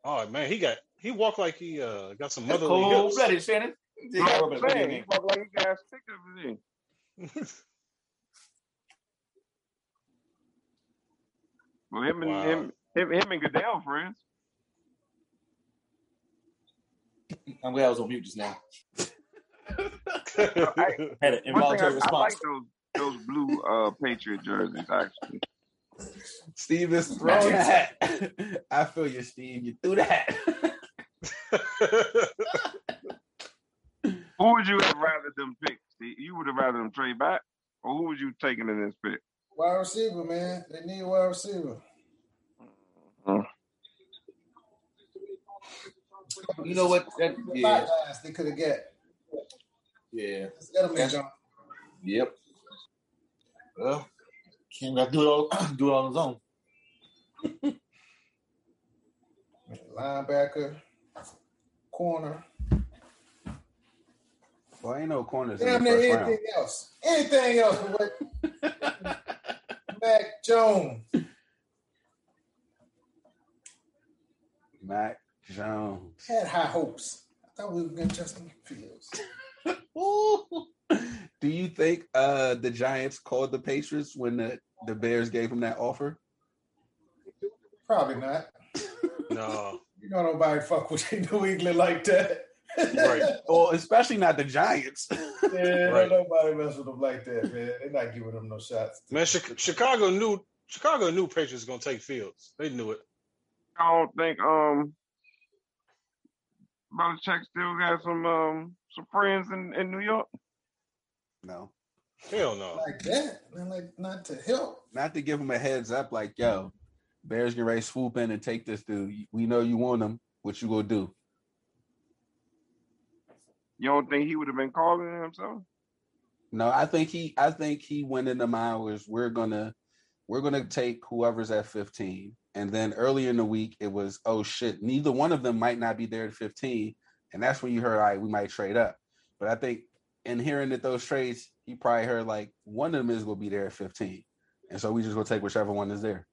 Oh man, he got he walked like he uh got some That's motherly cold hips. blooded, Oh, Shannon. They got Oh, rubber blood man, in he it. walked like he got sick of his in. Well, him and Wow. him, him, him and Goodell friends. I'm glad I was on mute just now. Had One an thing I, involuntary I like response. those those blue uh Patriot jerseys actually. Steve is throwing that. I feel you, Steve. You threw that. Who would you have rather them pick? See, you would have rather them trade back, or who would you taking in this pick? Wide receiver, man. They need a wide receiver. You know what? That, yeah, Five guys they could have got. yeah, It's Edelman, John. yep. Well, can't gotta do it all. Do it all on his own. Linebacker, corner. Well, ain't no corners in Damn the near first anything round. else. Anything else but what- Mac Jones. Mac Jones. Had high hopes. I thought we were getting Justin Fields. Ooh. Do you think uh the Giants called the Patriots when the, the Bears gave him that offer? Probably not. no, You know nobody fuck with New England like that. Right. Well, especially not the Giants. Yeah, Right. don't nobody mess with them like that, man. They're not giving them no shots. man, Chi- Chicago knew Chicago knew Patriots gonna take fields. They knew it. I don't think um Belichick still got some um some friends in, in New York. no. Hell no. like that. Not like not to help. Not to give him a heads up like, yo, Bears get ready to swoop in and take this dude. We know you want him. What you gonna do? You don't think he would have been calling himself? No, I think he I think he went into mind was we're gonna we're gonna take whoever's at 15. And then earlier in the week it was, oh shit, neither one of them might not be there at 15. And that's when you heard, all right, we might trade up. But I think in hearing that those trades, he probably heard like one of them is gonna be there at 15. And so we just gonna take whichever one is there.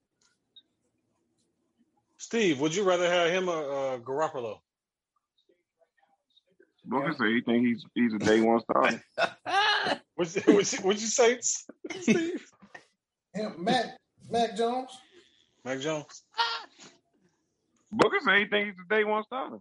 Steve, would you rather have him or uh, Garoppolo? Booker said he think he's he's a day one starter. What's what's what'd you say, Steve? Him, Mac, Mac Jones. Mac Jones. Booker say he thinks he's the day one starter.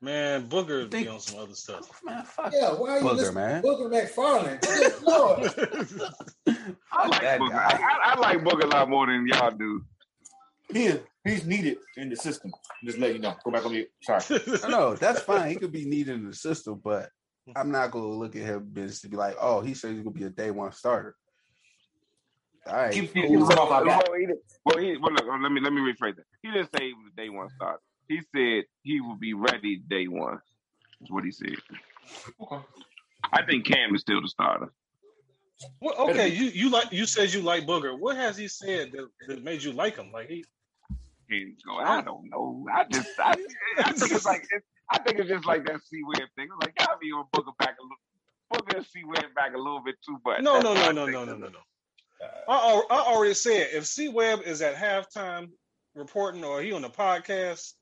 Man, Booger be on some other stuff. Man, fuck Yeah, why are you Booger, listening man. to Booger McFarlane? Good Lord. I like that Booker. guy. I, I like Booker a lot more than y'all do. Here, he's needed in the system. Just let you know. Go back on mute. Sorry. No, no, that's fine. He could be needed in the system, but I'm not gonna look at him business to be like, oh, he said he's gonna be a day one starter. All right, Keep, keep cool. yourself out of that. Well, he, didn't- well, he, well, look, let me let me rephrase that. He didn't say he was a day one starter. He said he will be ready day one. Is what he said. I think Cam is still the starter. Well, okay, you you like you said you like Booger. What has he said that, that made you like him? Like he And so I don't know. I just I, I think it's like it's, I think it's just like that C web thing. It's like y'all be on Booker back a little. Booker C web back a little bit too much. no That's no what I no no think. no no no no. I, al- I already said if C Web is at halftime reporting or he on the podcast,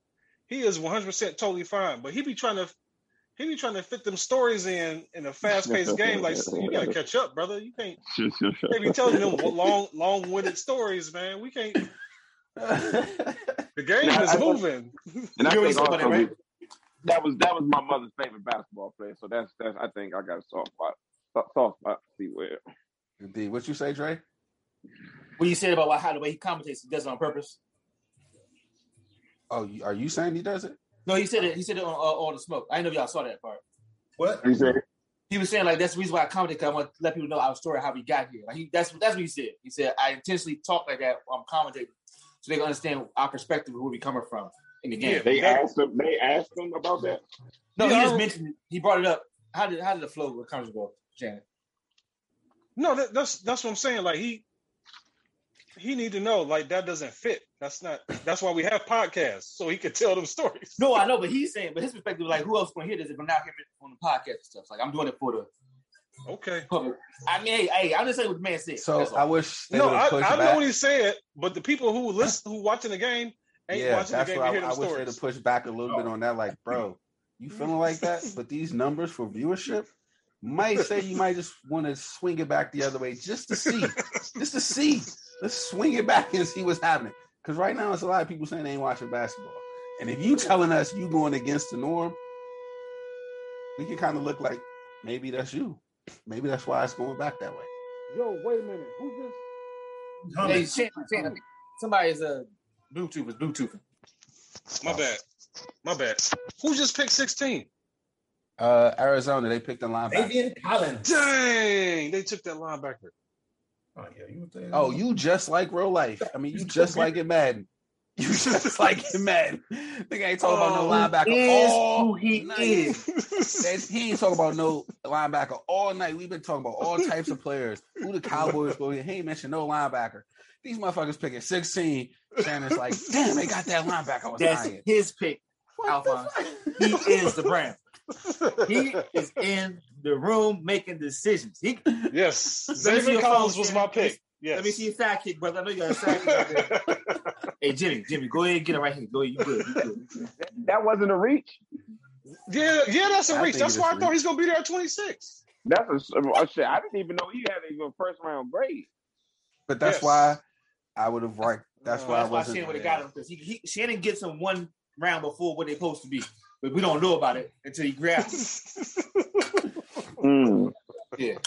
he is one hundred percent totally fine. But he be trying to he be trying to fit them stories in in a fast paced game. Like you gotta catch up, brother. You can't they be telling them long long winded stories, man. We can't. The game Nah, is I- moving. And I You think already also said that, right? that was that was my mother's favorite basketball player. So that's that's I think I got a soft spot. so- Soft spot. for C web. Indeed. What you say, Dre? What you said about why- how the way he commentates, he does it on purpose. Oh, you- are you saying he does it? No, he said it. He said it on uh, all the smoke. I didn't know if y'all saw that part. What? You said He was saying like that's the reason why I commented because I want to let people know our story, how we got here. Like he, that's that's what he said. He said I intentionally talk like that. while I'm commentating so they can understand our perspective, where we coming from in the game. Yeah. they asked him. They asked him about that. No, Yeah, he I just re- mentioned it. he brought it up. How did how did the flow with Congress go, Janet? No, that, that's that's what I'm saying. Like he he need to know like that doesn't fit. That's not. That's why we have podcasts so he could tell them stories. No, I know, but he's saying, but his perspective, like who else gonna hear this if I'm not hearing it on the podcast and stuff? Like I'm doing it for the Okay. public. I mean, hey, hey, I'm just saying what the man said. So That's all. I wish they no, would've I, pushed I know back. what he said, but the people who listen, who watching the game, ain't yeah, watching the that's game what to I, hear them I wish they'd stories. have pushed back a little Oh. bit on that. Like, bro, you Mm. feeling like that? But these numbers for viewership might say you might just want to swing it back the other way just to see, just to see. Let's swing it back and see what's happening. Because right now, it's a lot of people saying they ain't watching basketball. And if you telling us you going against the norm, we can kind of look like maybe that's you. Maybe that's why it's going back that way. Yo, wait a minute. Who just hey, Shannon, Shannon, somebody's uh Bluetooth is Bluetooth. My bad. My bad. Who just picked 16? Uh, Arizona, they picked a linebacker. Fabian Collins. Dang, they took that linebacker. Oh, yeah, you were there. Oh, you just like real life. I mean, you just like it, Madden. You just like it, Madden. Nigga ain't talking Oh, about no linebacker all night. That- he ain't talking about no linebacker all night. We've been talking about all types of players. Who the Cowboys go get? He ain't mentioned no linebacker. These motherfuckers picking 16. Shannon's like, damn, they got that linebacker. I was That's dying. his pick, What the Alphonse. fuck? He is the brand. He is in the room making decisions. He, yes, me see Xavier your Collins phone, was Shannon. my pick. Yes. Let me see your sidekick, brother. I know you got a sidekick out there. Hey, Jimmy, Jimmy, go ahead and get it right here. Go ahead, you good. You good. That wasn't a reach. yeah, yeah, that's I a reach. think That's it why is I thought reach. he's gonna be there at 26. That's a, a shit. I didn't even know he had even a first round grade. But that's Yes. why I would have ranked. That's Uh, why That's I why wasn't. Shannon would have got him because he, he Shannon gets him one round before what they're supposed to be, but we don't know about it until he grabs him. Mm. Yeah,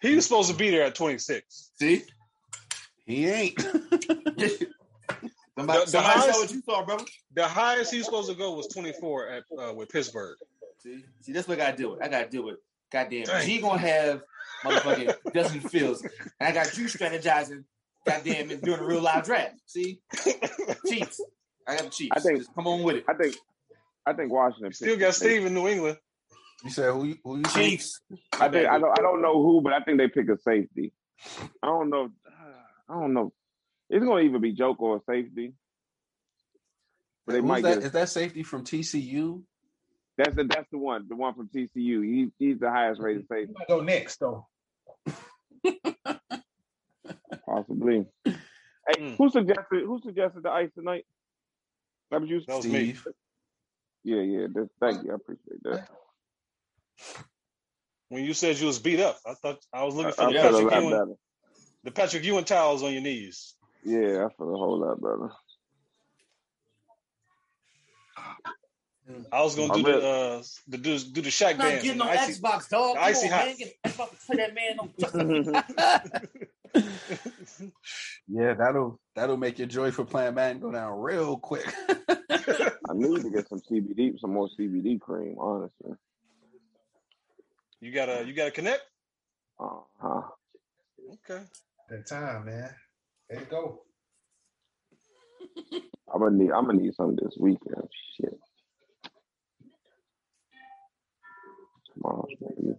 He was supposed to be there at 26. see, He ain't. somebody, the somebody highest- saw what you saw, brother. The highest he was supposed to go was 24 at uh, with Pittsburgh. See, see, that's what I gotta deal with. I gotta deal with. Goddamn, Dang. G gonna have motherfucking Justin Fields, and I got you strategizing. Goddamn, and doing a real live draft. See, Chiefs. I got the Chiefs. I think- Just come on with it. I think. I think Washington Still picked got him. They- Steve in New England. You said who? You, who you think? Chiefs. I think I don't I don't know who, but I think they pick a safety. I don't know. I don't know. It's gonna either be Joker or safety. But they Who's might that? get a- Is that safety from TCU? That's the that's the one, the one from TCU. He, he's the highest rated You safety might go next, though. possibly. Hey, Mm. who suggested who suggested the ice tonight? That was you. That was me. Steve. Yeah, yeah. That's, thank you. I appreciate that. When you said you was beat up, I thought I was looking for I, I the, feel a Patrick lot Ewing, better. the Patrick Ewing towels on your knees. Yeah, I feel a whole lot better. I was gonna I do read- the uh the do, do the shack I'm not bands. getting with no the icy- Xbox, the dog. Come icy on, hot. man. Get the Xbox. Play that man. Yeah, that'll that'll make your joy for playing Madden go down real quick. I need to get some CBD, some more CBD cream. Honestly, You gotta you gotta connect. uh-huh. Okay. That time, man. There you go. I'm gonna need. I'm gonna need some this weekend. Shit. Tomorrow's Wednesday.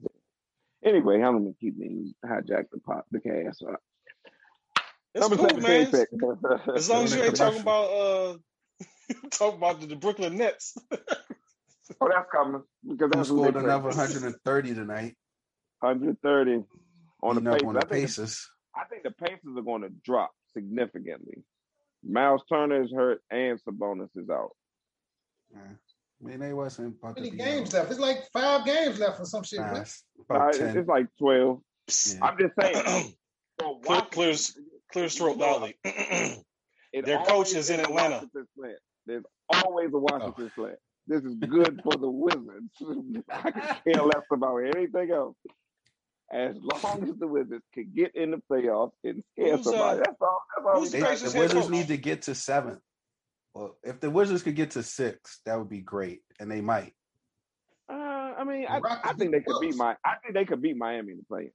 Anyway, how am gonna keep me hijack the pop the cast? Uh, It's number cool, 17 man. pick. As long as you ain't talking about uh talking about the, the Brooklyn Nets. Oh, that's coming because Who that's who scored they play. another 130 tonight? 130 on the Beating up on the Pacers. I think the- Pacers. I think the Pacers are going to drop significantly. Miles Turner is hurt and Sabonis is out. I mean, they wasn't about How to many be games left? It's like five games left or some shit. Nah, man. it's about Nah, it's- 10. It's like 12. Yeah. I'm just saying. for Clear, Washington, clears clears throat loudly. it Their always coach is in a Atlanta. Oh. Washington slant. There's always a Washington slant. This is good for the Wizards. I could care less about anything else. As long as the Wizards can get in the playoffs and scare Who's, uh, somebody, that's all. That's all we who's They, try the to do. Wizards need to get to seven. Well, if the Wizards could get to six, that would be great, and they might. Uh, I mean, I, Rockets I think they could beat Bucks. my. I think they could beat Miami in the play.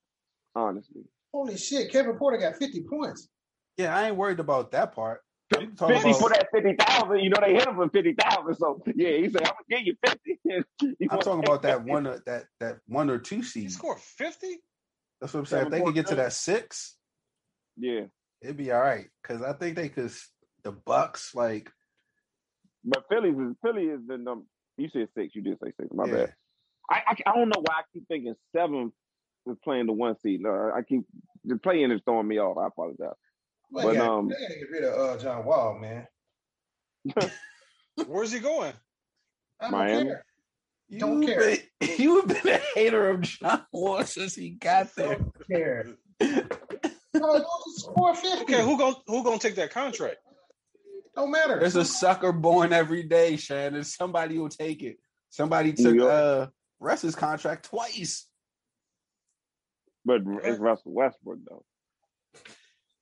Honestly, Holy shit, Kevin Porter got 50 points. Yeah, I ain't worried about that part. I'm talking fifty for about. that fifty thousand. You know they hit him for fifty thousand. So yeah, he said, "I'm gonna give you 50. You I'm wanna talking take about that 50? one, or- that that one or two He seed. scored fifty? That's what I'm saying. If Kevin they could get to Porter. that six, Yeah, it'd be all right. Because I think they could. s- The Bucks, like, but Philly's is Philly is the number. You said six. You did say six. My yeah, bad. I, I I don't know why I keep thinking seven is playing the one seed. No, I keep the playing is throwing me off. I apologize. They But, gotta, um, they gotta get rid of uh, John Wall, man. Where's he going? I don't Miami. care. Don't you've care. been, you've been a hater of John Wall since he got there. Don't care. No, you just score 50. Okay, who gon' who gonna take that contract? Don't matter. There's a sucker born every day, Shannon. Somebody will take it. Somebody New took York. uh Russ's contract twice. But it's Russell Westbrook though.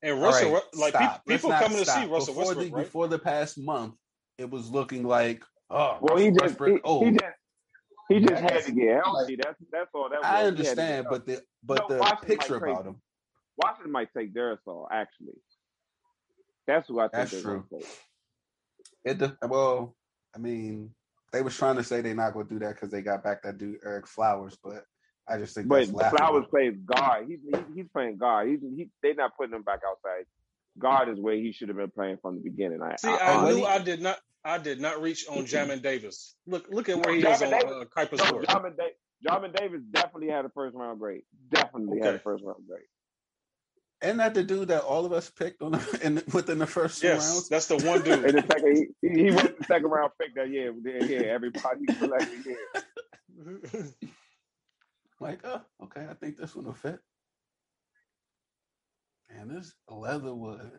And All Russell, right, like stop. pe- Let's people not coming to see stop. Russell before Westbrook, the right? before the past month, it was looking like oh Well, he Russell just Westbrook oh. he, he old. just he just Yeah, I had guess- to get like, healthy. That's that's all that was. I He had to get understand, healthy. but the but No, the Washington picture might take- about him. Washington might take Darisol, actually. That's who I think That's they're going true. to take. It de- well, I mean, they was trying to say they're not gonna do that because they got back that dude Eric Flowers, but I just think But that's laughable. Flowers plays guard. He's he, he's playing guard. He's he, they're not putting him back outside. Guard is where he should have been playing from the beginning. I, See, I, I And what knew he- I did not I did not reach on Jamin Davis. Look look at where No, he is Jamin on Davis- uh, Kuiper's no, score. Jarman, da- Jarman Davis definitely had a first round grade. Definitely had a Okay. first round grade. Isn't that the dude that all of us picked on the, in, within the first two Yes, rounds? that's the one dude. And the second he, he, he was the second round pick that year. Yeah, yeah, everybody selected. Yeah. Like, oh, okay, I think this one will fit. Man, this Leatherwood.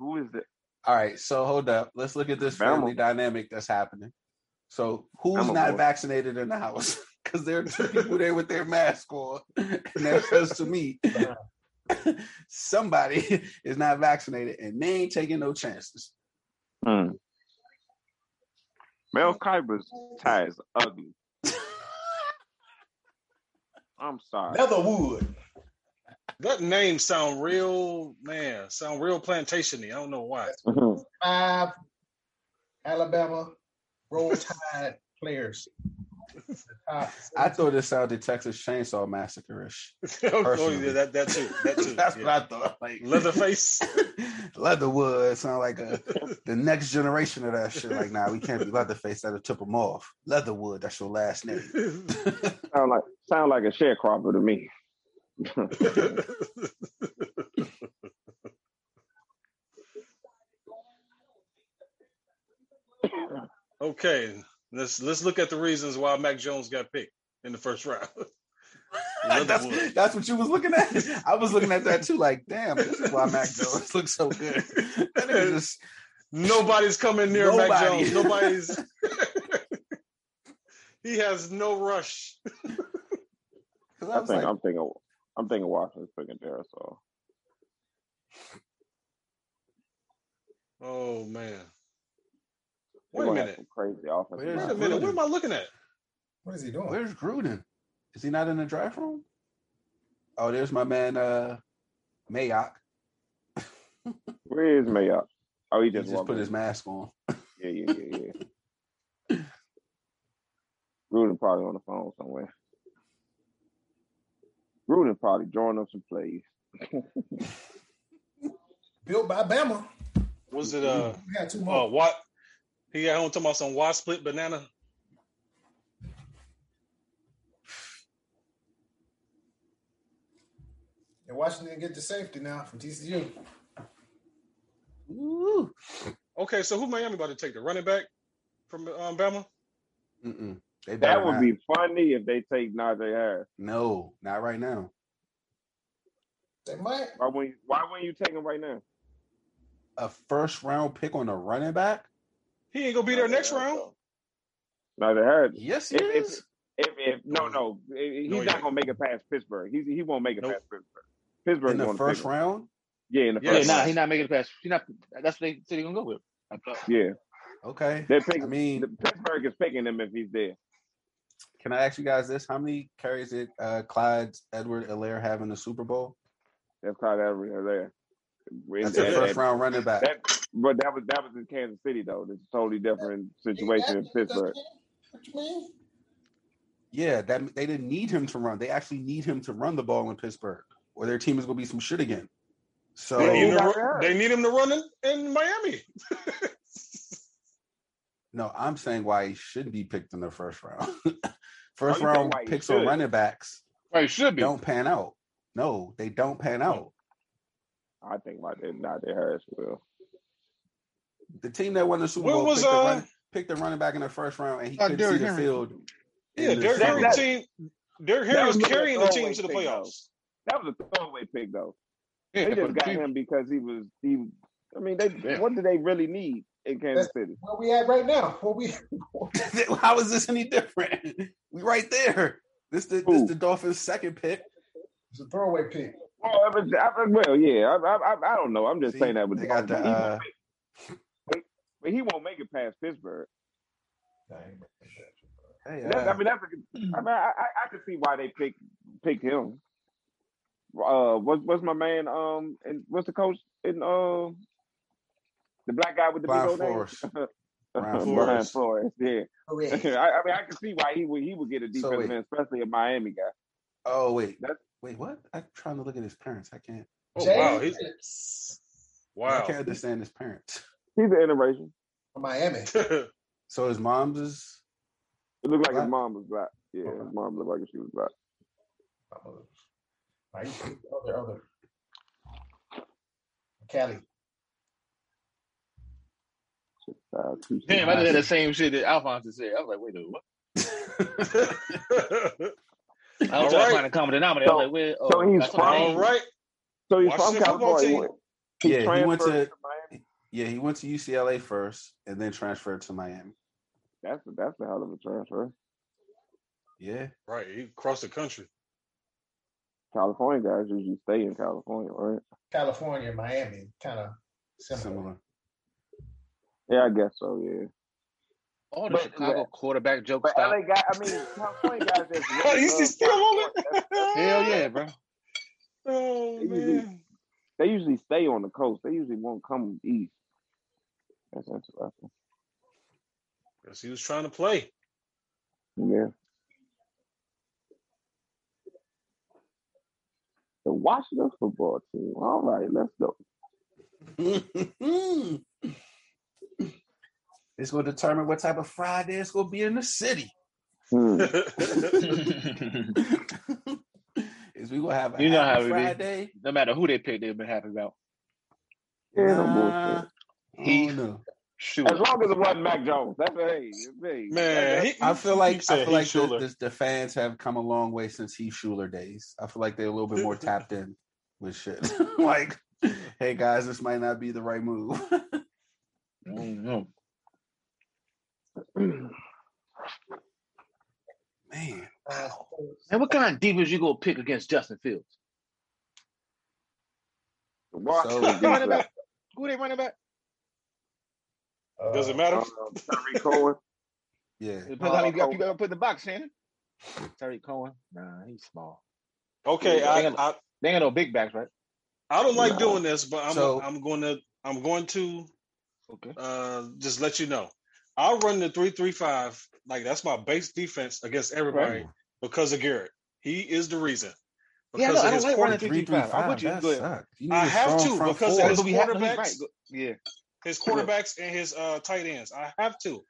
Who is that? All right, so hold up. Let's look at this family Bama. dynamic that's happening. So, who's Bama not boy. vaccinated in the house? Because there are two people there with their mask on. And that says to me, somebody is not vaccinated and they ain't taking no chances. Hmm. Mel Kiper's tie is ugly. I'm sorry. Leatherwood. that name sound real man, sound real plantationy. I don't know why. Five Alabama Roll Tide players. The top I thought it sounded Texas Chainsaw Massacre ish. oh, Personally. yeah, that that too. That too. That's yeah. what I thought. Like Leatherface. Leatherwood sound like a, the next generation of that shit. Like, nah, we can't be Leatherface. That'll tip them off. Leatherwood, that's your last name. Sound like sound like a sharecropper to me. okay, let's let's look at the reasons why Mac Jones got picked in the first round. that's, that's what you was looking at. I was looking at that too. Like, damn, this is why Mac Jones looks so good. That nigga just Nobody's coming near Mac Nobody. Jones. Nobody's. he has no rush. I think I'm thinking I'm thinking Washington's picking Darisaw. Oh man. They're Wait a gonna have minute. some Crazy offense. Wait a minute. What am I looking at? What is he doing? oh, Where's Gruden? Is he not in the draft room? Oh, there's my man uh Mayock. Where is Mayock? Oh, he He just, just walked put in. his mask on. Yeah, yeah, yeah, yeah. Gruden probably on the phone somewhere. Gruden probably drawing up some plays. Built by Bama. Was it uh? We had two more. Oh, what? He got home talking about some wide split banana. And Washington get the safety now from TCU. Okay, so who Miami about to take the running back from um, Bama? Mm-mm. They better That would not. be funny if they take Najee Harris. no, not right now. They might. Why wouldn't you, why wouldn't you take him right now? A first round pick on a running back? He ain't gonna be there next round. Najee Harris. Yes, he If, if, is. if, if no, no, he's No, he not ain't. gonna make it past Pittsburgh. He's, he won't make it Nope. past Pittsburgh. Pittsburgh's in the gonna first pick him. round? Yeah, in the Yeah, first Yeah, nah, round. he's not making the pass. He not. That's what they said he gonna go with. I thought. Yeah, Okay. they're picking. I mean, the, Pittsburgh is picking him if he's there. can I ask you guys this? How many carries did uh, Clyde Edward Alaire have in the Super Bowl? That's Clyde Edwards there. That's And- a and- first and- round running back. That, but that was that was in Kansas City though. It's a totally different situation in Pittsburgh. What you mean? Yeah, that they didn't need him to run. They actually need him to run the ball in Pittsburgh, or their team is gonna be some shit again. So They need, him he's to, not there. ru- they need him to run in, in Miami. no, I'm saying why he should be picked in the first round. Oh, first you saying round why he picks on should. running backs Right, it should be. don't pan out. No, they don't pan out. I think my not that Harris will. The team that won the Super Where Bowl was, picked, the uh, run, picked the running back in the first round, and he Oh, couldn't Derrick see the Henry. field. in Yeah, the Derrick Super Henry Bowl. team. Derrick Henry That was was carrying the always team to the big, though. playoffs. That was a throwaway pick though. Yeah, They for just the got Chiefs. him because he was he. I mean, they Yeah. what do they really need in Kansas City? Where we at right now? Where we? How is this any different? We right there. This the this Who? the Dolphins' second pick. It's a throwaway pick. Well, I was, I, was- well, yeah. I, I I- I don't know. I'm just See, saying that with they got the Dalton, but, he won't uh, make, but he won't make it past Pittsburgh. Nah, he ain't making that. hey, And that's, uh, I mean, that's a, I mean, I, I, I could see why they picked picked him. Uh, what's what's my man? Um, and what's the coach in uh the black guy with the Brian big old name? Flores. Brian Brian Flores. Flores. Yeah, I, I Correct. mean, I can see why he would he would get a So defensive wait. end, especially a Miami guy. Oh wait, That's- wait, what? I'm trying to look at his parents. I can't. Oh Jay wow, he's Phillips I wow. can't understand his parents. He's an interracial. from Miami. So his mom's is It looked like Black? his mom was black. Yeah, Okay. his mom looked like she was black. Nah, you picked the other other Cali. Uh, two Damn, I did that same shit that Alphonse said. I was like, wait a minute, what? I All was right. trying to find a common denominator. I was So- like, where? so Oh, he's that's from- Miami. All right. So he's from Washington football California. team. He yeah. He went transferred to Miami. yeah he went to UCLA first and then transferred to Miami. That's a, that's a hell of a transfer. Yeah, Right, he crossed the country. California guys usually stay in California, right? California, Miami, kind of similar. similar. Yeah, I guess so. Yeah. All the But- Chicago quarterback joke But stop. LA guy, I mean, California guys that's Oh, you see still on it? Hell yeah, bro. Oh man. They usually stay on the coast. They usually won't come east. That's interesting. Guess he was trying to play. Yeah. The Washington football team. All right, let's go. it's going to determine what type of Friday it's going to be in the city. Hmm. no Is we gonna have a You know happy how it be. Friday? matter who they pick, they've been happy about. Yeah, no Nah, bullshit. I Heath. don't know. Shoot. As long as it wasn't Mac Jones. That's hey, it's me. I feel like I feel like the, Schuler. the, the fans have come a long way since he Schuler days. I feel like they're a little bit more tapped in with shit. like, hey guys, this might not be the right move. Man, wow. And what kind of defense you gonna pick against Justin Fields? Washington So- defense. running back. Who they running back? Uh, Does it Uh, matter? Tyreek Cohen. Yeah. Depends how Uh, many you gotta put in the box, Shannon. Terry Cohen. Nah, he's small. Okay, They I- ain't got no- they ain't got no big backs, right? I don't like No. doing this, but I'm So- I'm going to I'm going to uh, just let you know. I'll run the three three five like that's my base defense against everybody Right. because of Garrett. He is the reason. Because Yeah, no, I of don't his like running quarterback. 335. I'm with you. That Go ahead. sucked. You need I a have strong to front because four. of his But we have- no, he's quarterbacks, right. Go- yeah. his quarterbacks and his uh, tight ends. I have to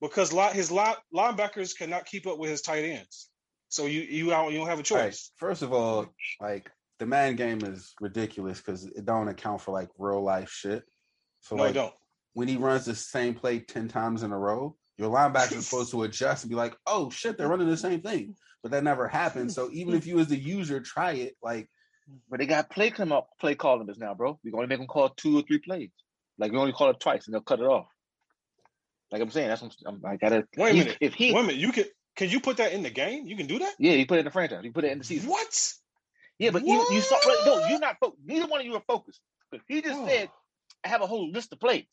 because li- his li- linebackers cannot keep up with his tight ends. So you you don't you don't have a All right, choice. First of all, like the man game is ridiculous because it don't account for like real life shit. So No, it like don't. when he runs the same play ten times in a row, your linebacker is supposed to adjust and be like, "Oh shit, they're running the same thing," but that never happens. So even if you as the user try it, like, but they got play come up play call numbers now, bro. We're gonna make them call two or three plays. Like we only call it twice and they'll cut it off. Like I'm saying, that's what I'm, I gotta. Wait a he- minute. If he, Wait a minute. You can can you put that in the game? You can do that. yeah, you put it in the franchise. You put it in the season. What? Yeah, but you you saw right, no, you're not focused. Neither one of you are focused. But he Oh. just said, I have a whole list of plays.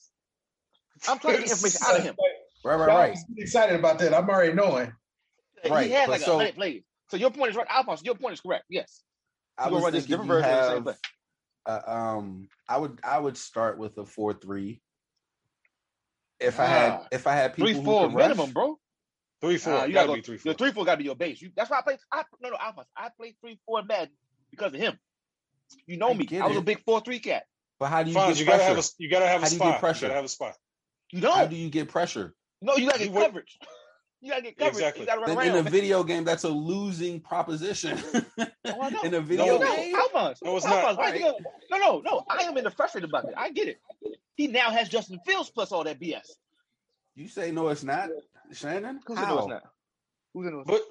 I'm trying to get information out of him. Right, right, Y'all right. was excited about that. I'm already knowing. he had like a hundred plays. So your point is right, Alphonse. Your point is correct. Yes. I You was gonna run this thinking different you version of the have. same play. Uh, um, I would I would start with a four three. If I Nah. had if I had people Ah. Three who four could rush- minimum, bro. Three Nah, you gotta go- Your three four gotta be your base. You, that's why I play. I no no Alphonse. I play three four in Madden because of him. You know me. get I was a it. big four three cat. But how do you Fonz, get you pressure? gotta have a you gotta have a How do you spot. get pressure? You gotta have a spot. No. How do you get pressure? No, Oh, you gotta get wait- coverage. You gotta get coverage. You gotta run Then around. in a video game, that's a losing proposition. in a video no, game, No, Alphonse. No, it's not. Alphonse, why you go- no, no, no. I am in the frustrated bucket. I get it. He now has Justin Fields plus all that BS. you say no, it's not, Shannon. Who said no, How? it's not? Who's in But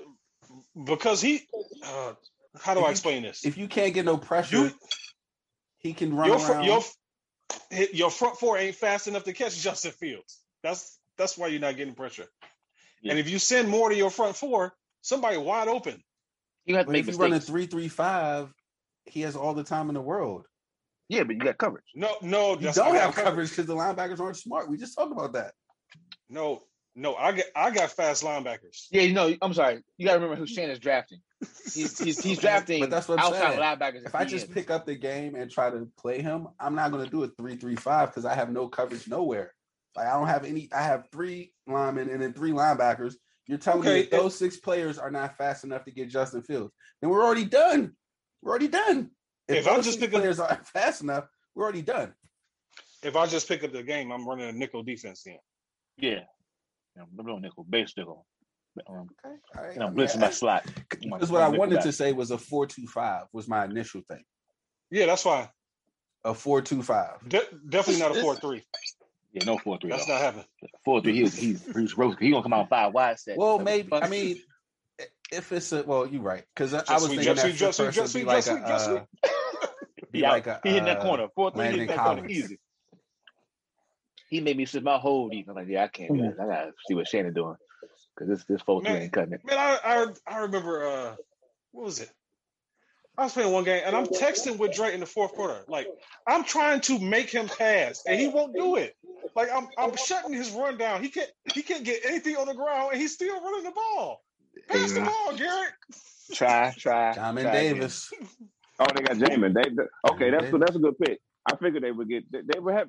because he, uh, how do I explain this? If you can't get no pressure, he can run your, fr- around. your f- your front four ain't fast enough to catch Justin Fields. That's that's why you're not getting pressure. And if you send more to your front four, somebody wide open. You have but if you run a three three five, he has all the time in the world. Yeah, but you got coverage. No, no, you that's- I don't got have coverage. coverage because the linebackers aren't smart. We just talked about that. No, no, I got I got fast linebackers. Yeah, you know, I'm sorry. You gotta remember who Shannon's drafting. He's he's, he's drafting But that's what I'm outside saying. linebackers. If I just pick up the game and try to play him, I'm not going to do a three-three-five because I have no coverage nowhere. Like I don't have any. I have three linemen and then three linebackers. You're telling me Okay, that those six players are not fast enough to get Justin Fields, then we're already done. We're already done. If, If I those just six pick up- players aren't fast enough, we're already done. If I just pick up the game, I'm running a nickel defense then. Yeah. yeah I'm doing nickel, base nickel. Um, right, And I'm I mean, blitzing my I- slot. Oh My- Because what my I wanted nickelback. to say was a four-two-five was my initial thing. Yeah, that's fine. A four-two-five. De- definitely not a four three. Yeah, no four three. That's not happening. Four three. He was he's he's roasted. He gonna come out five wide set. Well, maybe. I mean, i- if it's a well, you're right. Because I, I Just was sweep, thinking just that sweep, first just sweep, person be just like sweep, just a sweep, just uh, be He out. like a He hitting that uh, corner. Four three. He Landon hitting that corner Collins. easy. He made me sit my whole defense. I'm like, yeah, I can't do that. I gotta see what Shannon doing because this this four three Man. ain't cutting it. Man, I, I I remember uh what was it? I was playing one game and I'm texting with Dre in the fourth quarter. Like I'm trying to make him pass and he won't do it. Like I'm I'm shutting his run down. He can't he can't get anything on the ground and he's still running the ball. Pass the Yeah. ball, Garrett. Try, try. Diamond try again. Davis. Oh, they got Jamin. They, they- okay, that's Davis. that's a good pick. I figured they would get. They, they would have,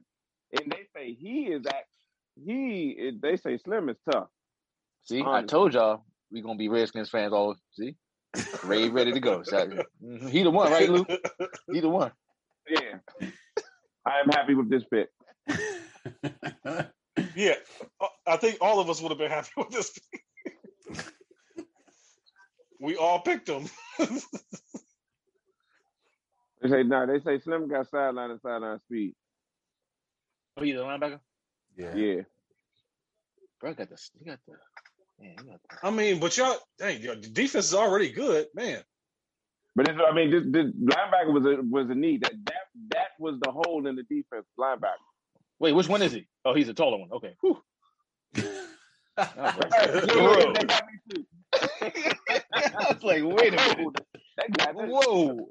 and they say he is act. He is- they say Slim is tough. See, I Honestly. told y'all we gonna be Redskins fans all see. Ray ready to go. Saturday. Mhm. He the one, right, Lou? He the one. Yeah. I am happy with this pick. Yeah. Uh, I think all of us would have been happy with this. we all picked him. They say no. They say Slim got sideline and sideline speed. Oh, you the linebacker? Yeah. Yeah. Bro, got the he got the man, he got I mean, but y'all, dang, your defense is already good, man. But it's, I mean, this, this linebacker was a was a need. That that that was the hole in the defense linebacker. Wait, which one is he? Oh, he's a taller one. Okay. Whew. Bro. I was like, wait a minute. That guy, that, Whoa.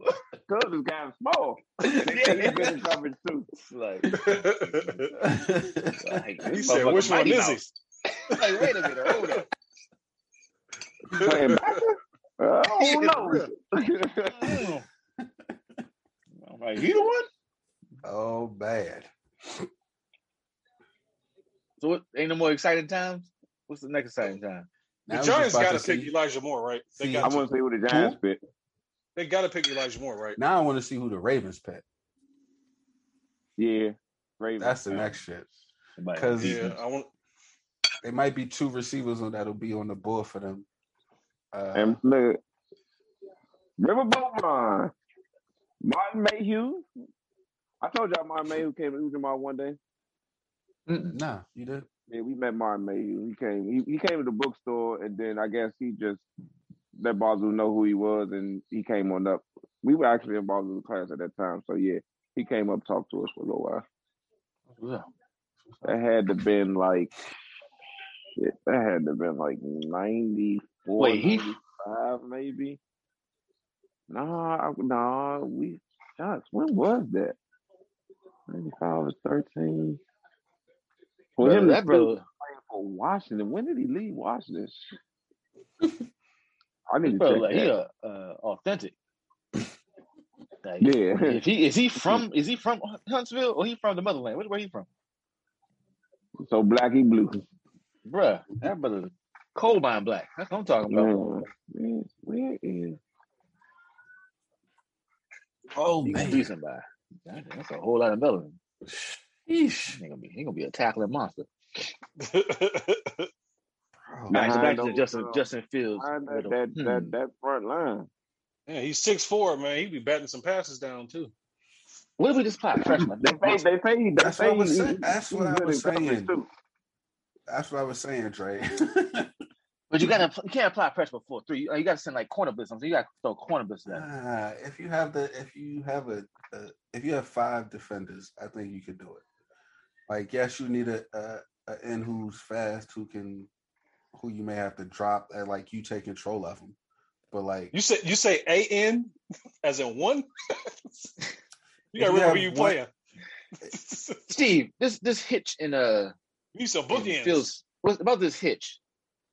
Cousins got him small. He's good in coverage too. Like, like He this said, motherfucker which one Mighty is he? Mouse. like, wait a minute, hold up. Playing backer? I don't Yeah, know. Damn. I'm like, he the one? Oh, bad. So what ain't no more exciting times? What's the next exciting time? The Now I was Giants just about got to to pick see- Elijah Moore, right? They see, got I to. want to see who the Giants fit. They got to pick Elijah Moore, right? Now I want to see who the Ravens pick. Yeah, Ravens. That's the next shit. Somebody Because Yeah, I want. there might be two receivers on that'll be on the board for them. Uh, and look, Riverboat Ron, Martin Mayhew. I told y'all Martin Mayhew came to Ujamar one day. mm-mm, nah, you did. Yeah, we met Martin Mayhew. He came. He, he came to the bookstore, and then I guess he just let Bazoo know who he was, and he came on up. We were actually in Bazoo's class at that time, so yeah, he came up talked to us for a little while. Yeah. That had to been like, shit, that had to been like ninety four. Wait, he five, maybe. Nah, I- nah, we shucks. When was that? Ninety five was thirteen. Well, brother, him and that brother Stoops for Washington. When did he leave Washington? I this need to brother check like he that. uh, uh authentic. Like, Yeah, if he is he from is he from Huntsville or he from the motherland? Where, where he from? so black he blue. Bruh, that brother coal mine black. That's what I'm talking about. Man, where, where is? Oh, He gonna be somebody. God, That's a whole lot of melanin. He gonna be he gonna be a tackling monster. Bro. All right, so Behind back to the those, Justin uh, Justin Fields. behind that riddle. that, that Hmm. that front line. yeah, he's six four, man. He'd be batting some passes down too. What if we just pop freshman? They say they say he- they That's what I say was he, saying. That's he- what he's I good in was coverage saying. too. That's what I was saying, Trey. But you gotta you can't apply pressure before three. You, you gotta send like corner blitz. I'm saying you gotta throw corner blitz at him. Ah, if you have the, if you have a, a, if you have five defenders, I think you could do it. Like, yes, you need a, a, a end who's fast, who can, who you may have to drop, and like you take control of them. But like, You say you say a n as in one. you If got you to remember have who you one- playing. Steve, this this hitch in uh you need some in bookends. Fields. What about this hitch?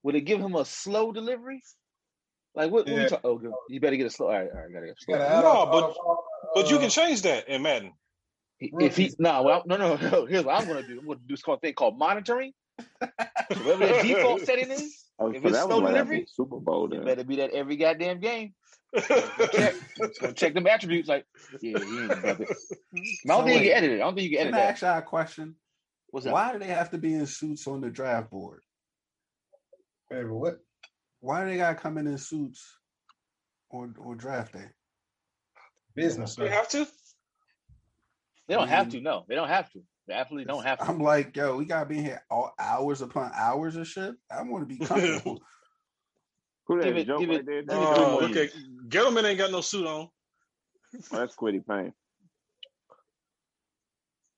Would it give him a slow delivery? Like what? What we Yeah. talk? Oh, good. you better get a slow. All right, all right, gotta get a slow. gotta add No, up, but all- all- but you uh, can change that in Madden. He- If he rookies. no, well, no, no, no. Here's what I'm gonna do. I'm gonna do this called thing called monitoring. So whatever the default setting is, Oh, if so it's that was slow right after delivery, the Super Bowl. it Then better be that every goddamn game. Go check, go check them attributes. Like, yeah, he ain't about it. I So don't think you wait. can edit it. I don't think you can can edit I that. ask y'all a question? What's up? Why do they have to be in suits on the draft board? Wait, but what? Why do they gotta come in in suits on on draft day? Business. You man. have to. They don't have to. No, they don't have to. They absolutely don't have to. I'm like, yo, we gotta be in here all hours upon hours of shit. I want to be comfortable. who Give that it, joke give right it, there? give That's it three Oh, Quiddy. more look at years. Gettleman ain't got no suit on. Oh, that's Quiddy Payne.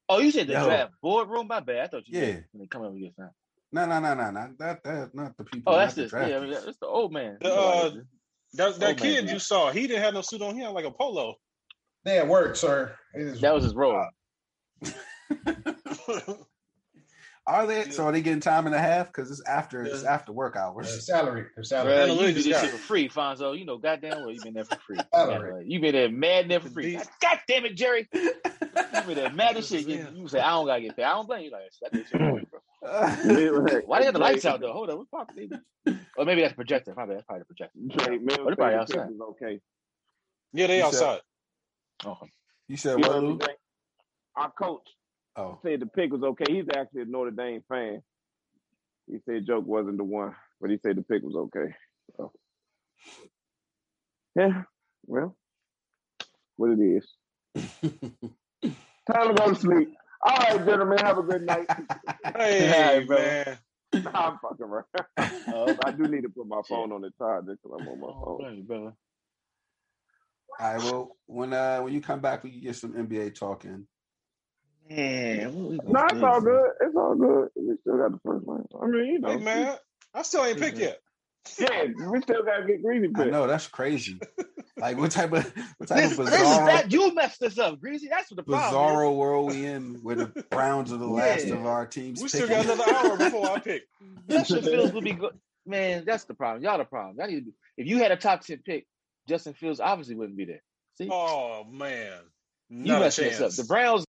Oh, you said the Yo. draft boardroom? My bad. I thought you yeah, meant when they come over here. Son. no, no, no, no, no. That that not the people, Oh, that's not the this. Yeah, I mean, draftees. that's the old man. The, You know why uh, this is. That Oh, that Old man kid dude. you saw, he didn't have no suit on. He had like a polo. They at work, sir. It is That was his role. Are they? Yeah. So are they getting time and a half? Because it's after it's Yeah. after work their hours. salary. Their salary. Bruh, you do Analytics this guy. shit for free, Fonzo. You know, goddamn well, you been there for free. Salary. Goddamn, you been there mad there for free. Indeed. God, God damn it, Jerry. You been there mad as shit. You, Yeah. you say, I don't got to get paid. I don't blame you. Like, that shit for free, bro. Me, Why they got the Trey, lights out, though? Hold on. What's popping? Or maybe that's projector. Probably that's probably the projector. Trey, Or Mills they probably State outside. Tech is okay. Yeah, they You said- outside. Okay. you said You know what? what I mean? Lou? Trey? Our coach Oh, said the pick was okay. He's actually a Notre Dame fan. He said joke wasn't the one, but he said the pick was okay. So yeah, well, what it is. Time to go to sleep. All right, gentlemen, have a good night. Hey, All right, man. Nah, I'm fucking around. Uh-huh. Oh, I do need to put my phone on the charger because I'm on Oh, my phone. brother. All right. Well, when uh when you come back, we can get some NBA talking. Yeah. What we No, it's all good. It's all good. We still got the first round. I mean, you know. Hey, man, I still ain't picked yet. Yeah, we still gotta get greedy. I know that's crazy. like what type of what type This, of this is bizarro that you messed this up, Greasy. That's what the problem bizarro world we in where the Browns are the last Yeah. of our teams. We still picking. got another hour before I pick. is. Justin Fields would be good. Man, that's the problem. Y'all the problem. Y'all need to be, if you had a top ten pick, Justin Fields obviously wouldn't be there. See, Oh man, you not a messed this up. chance. The Browns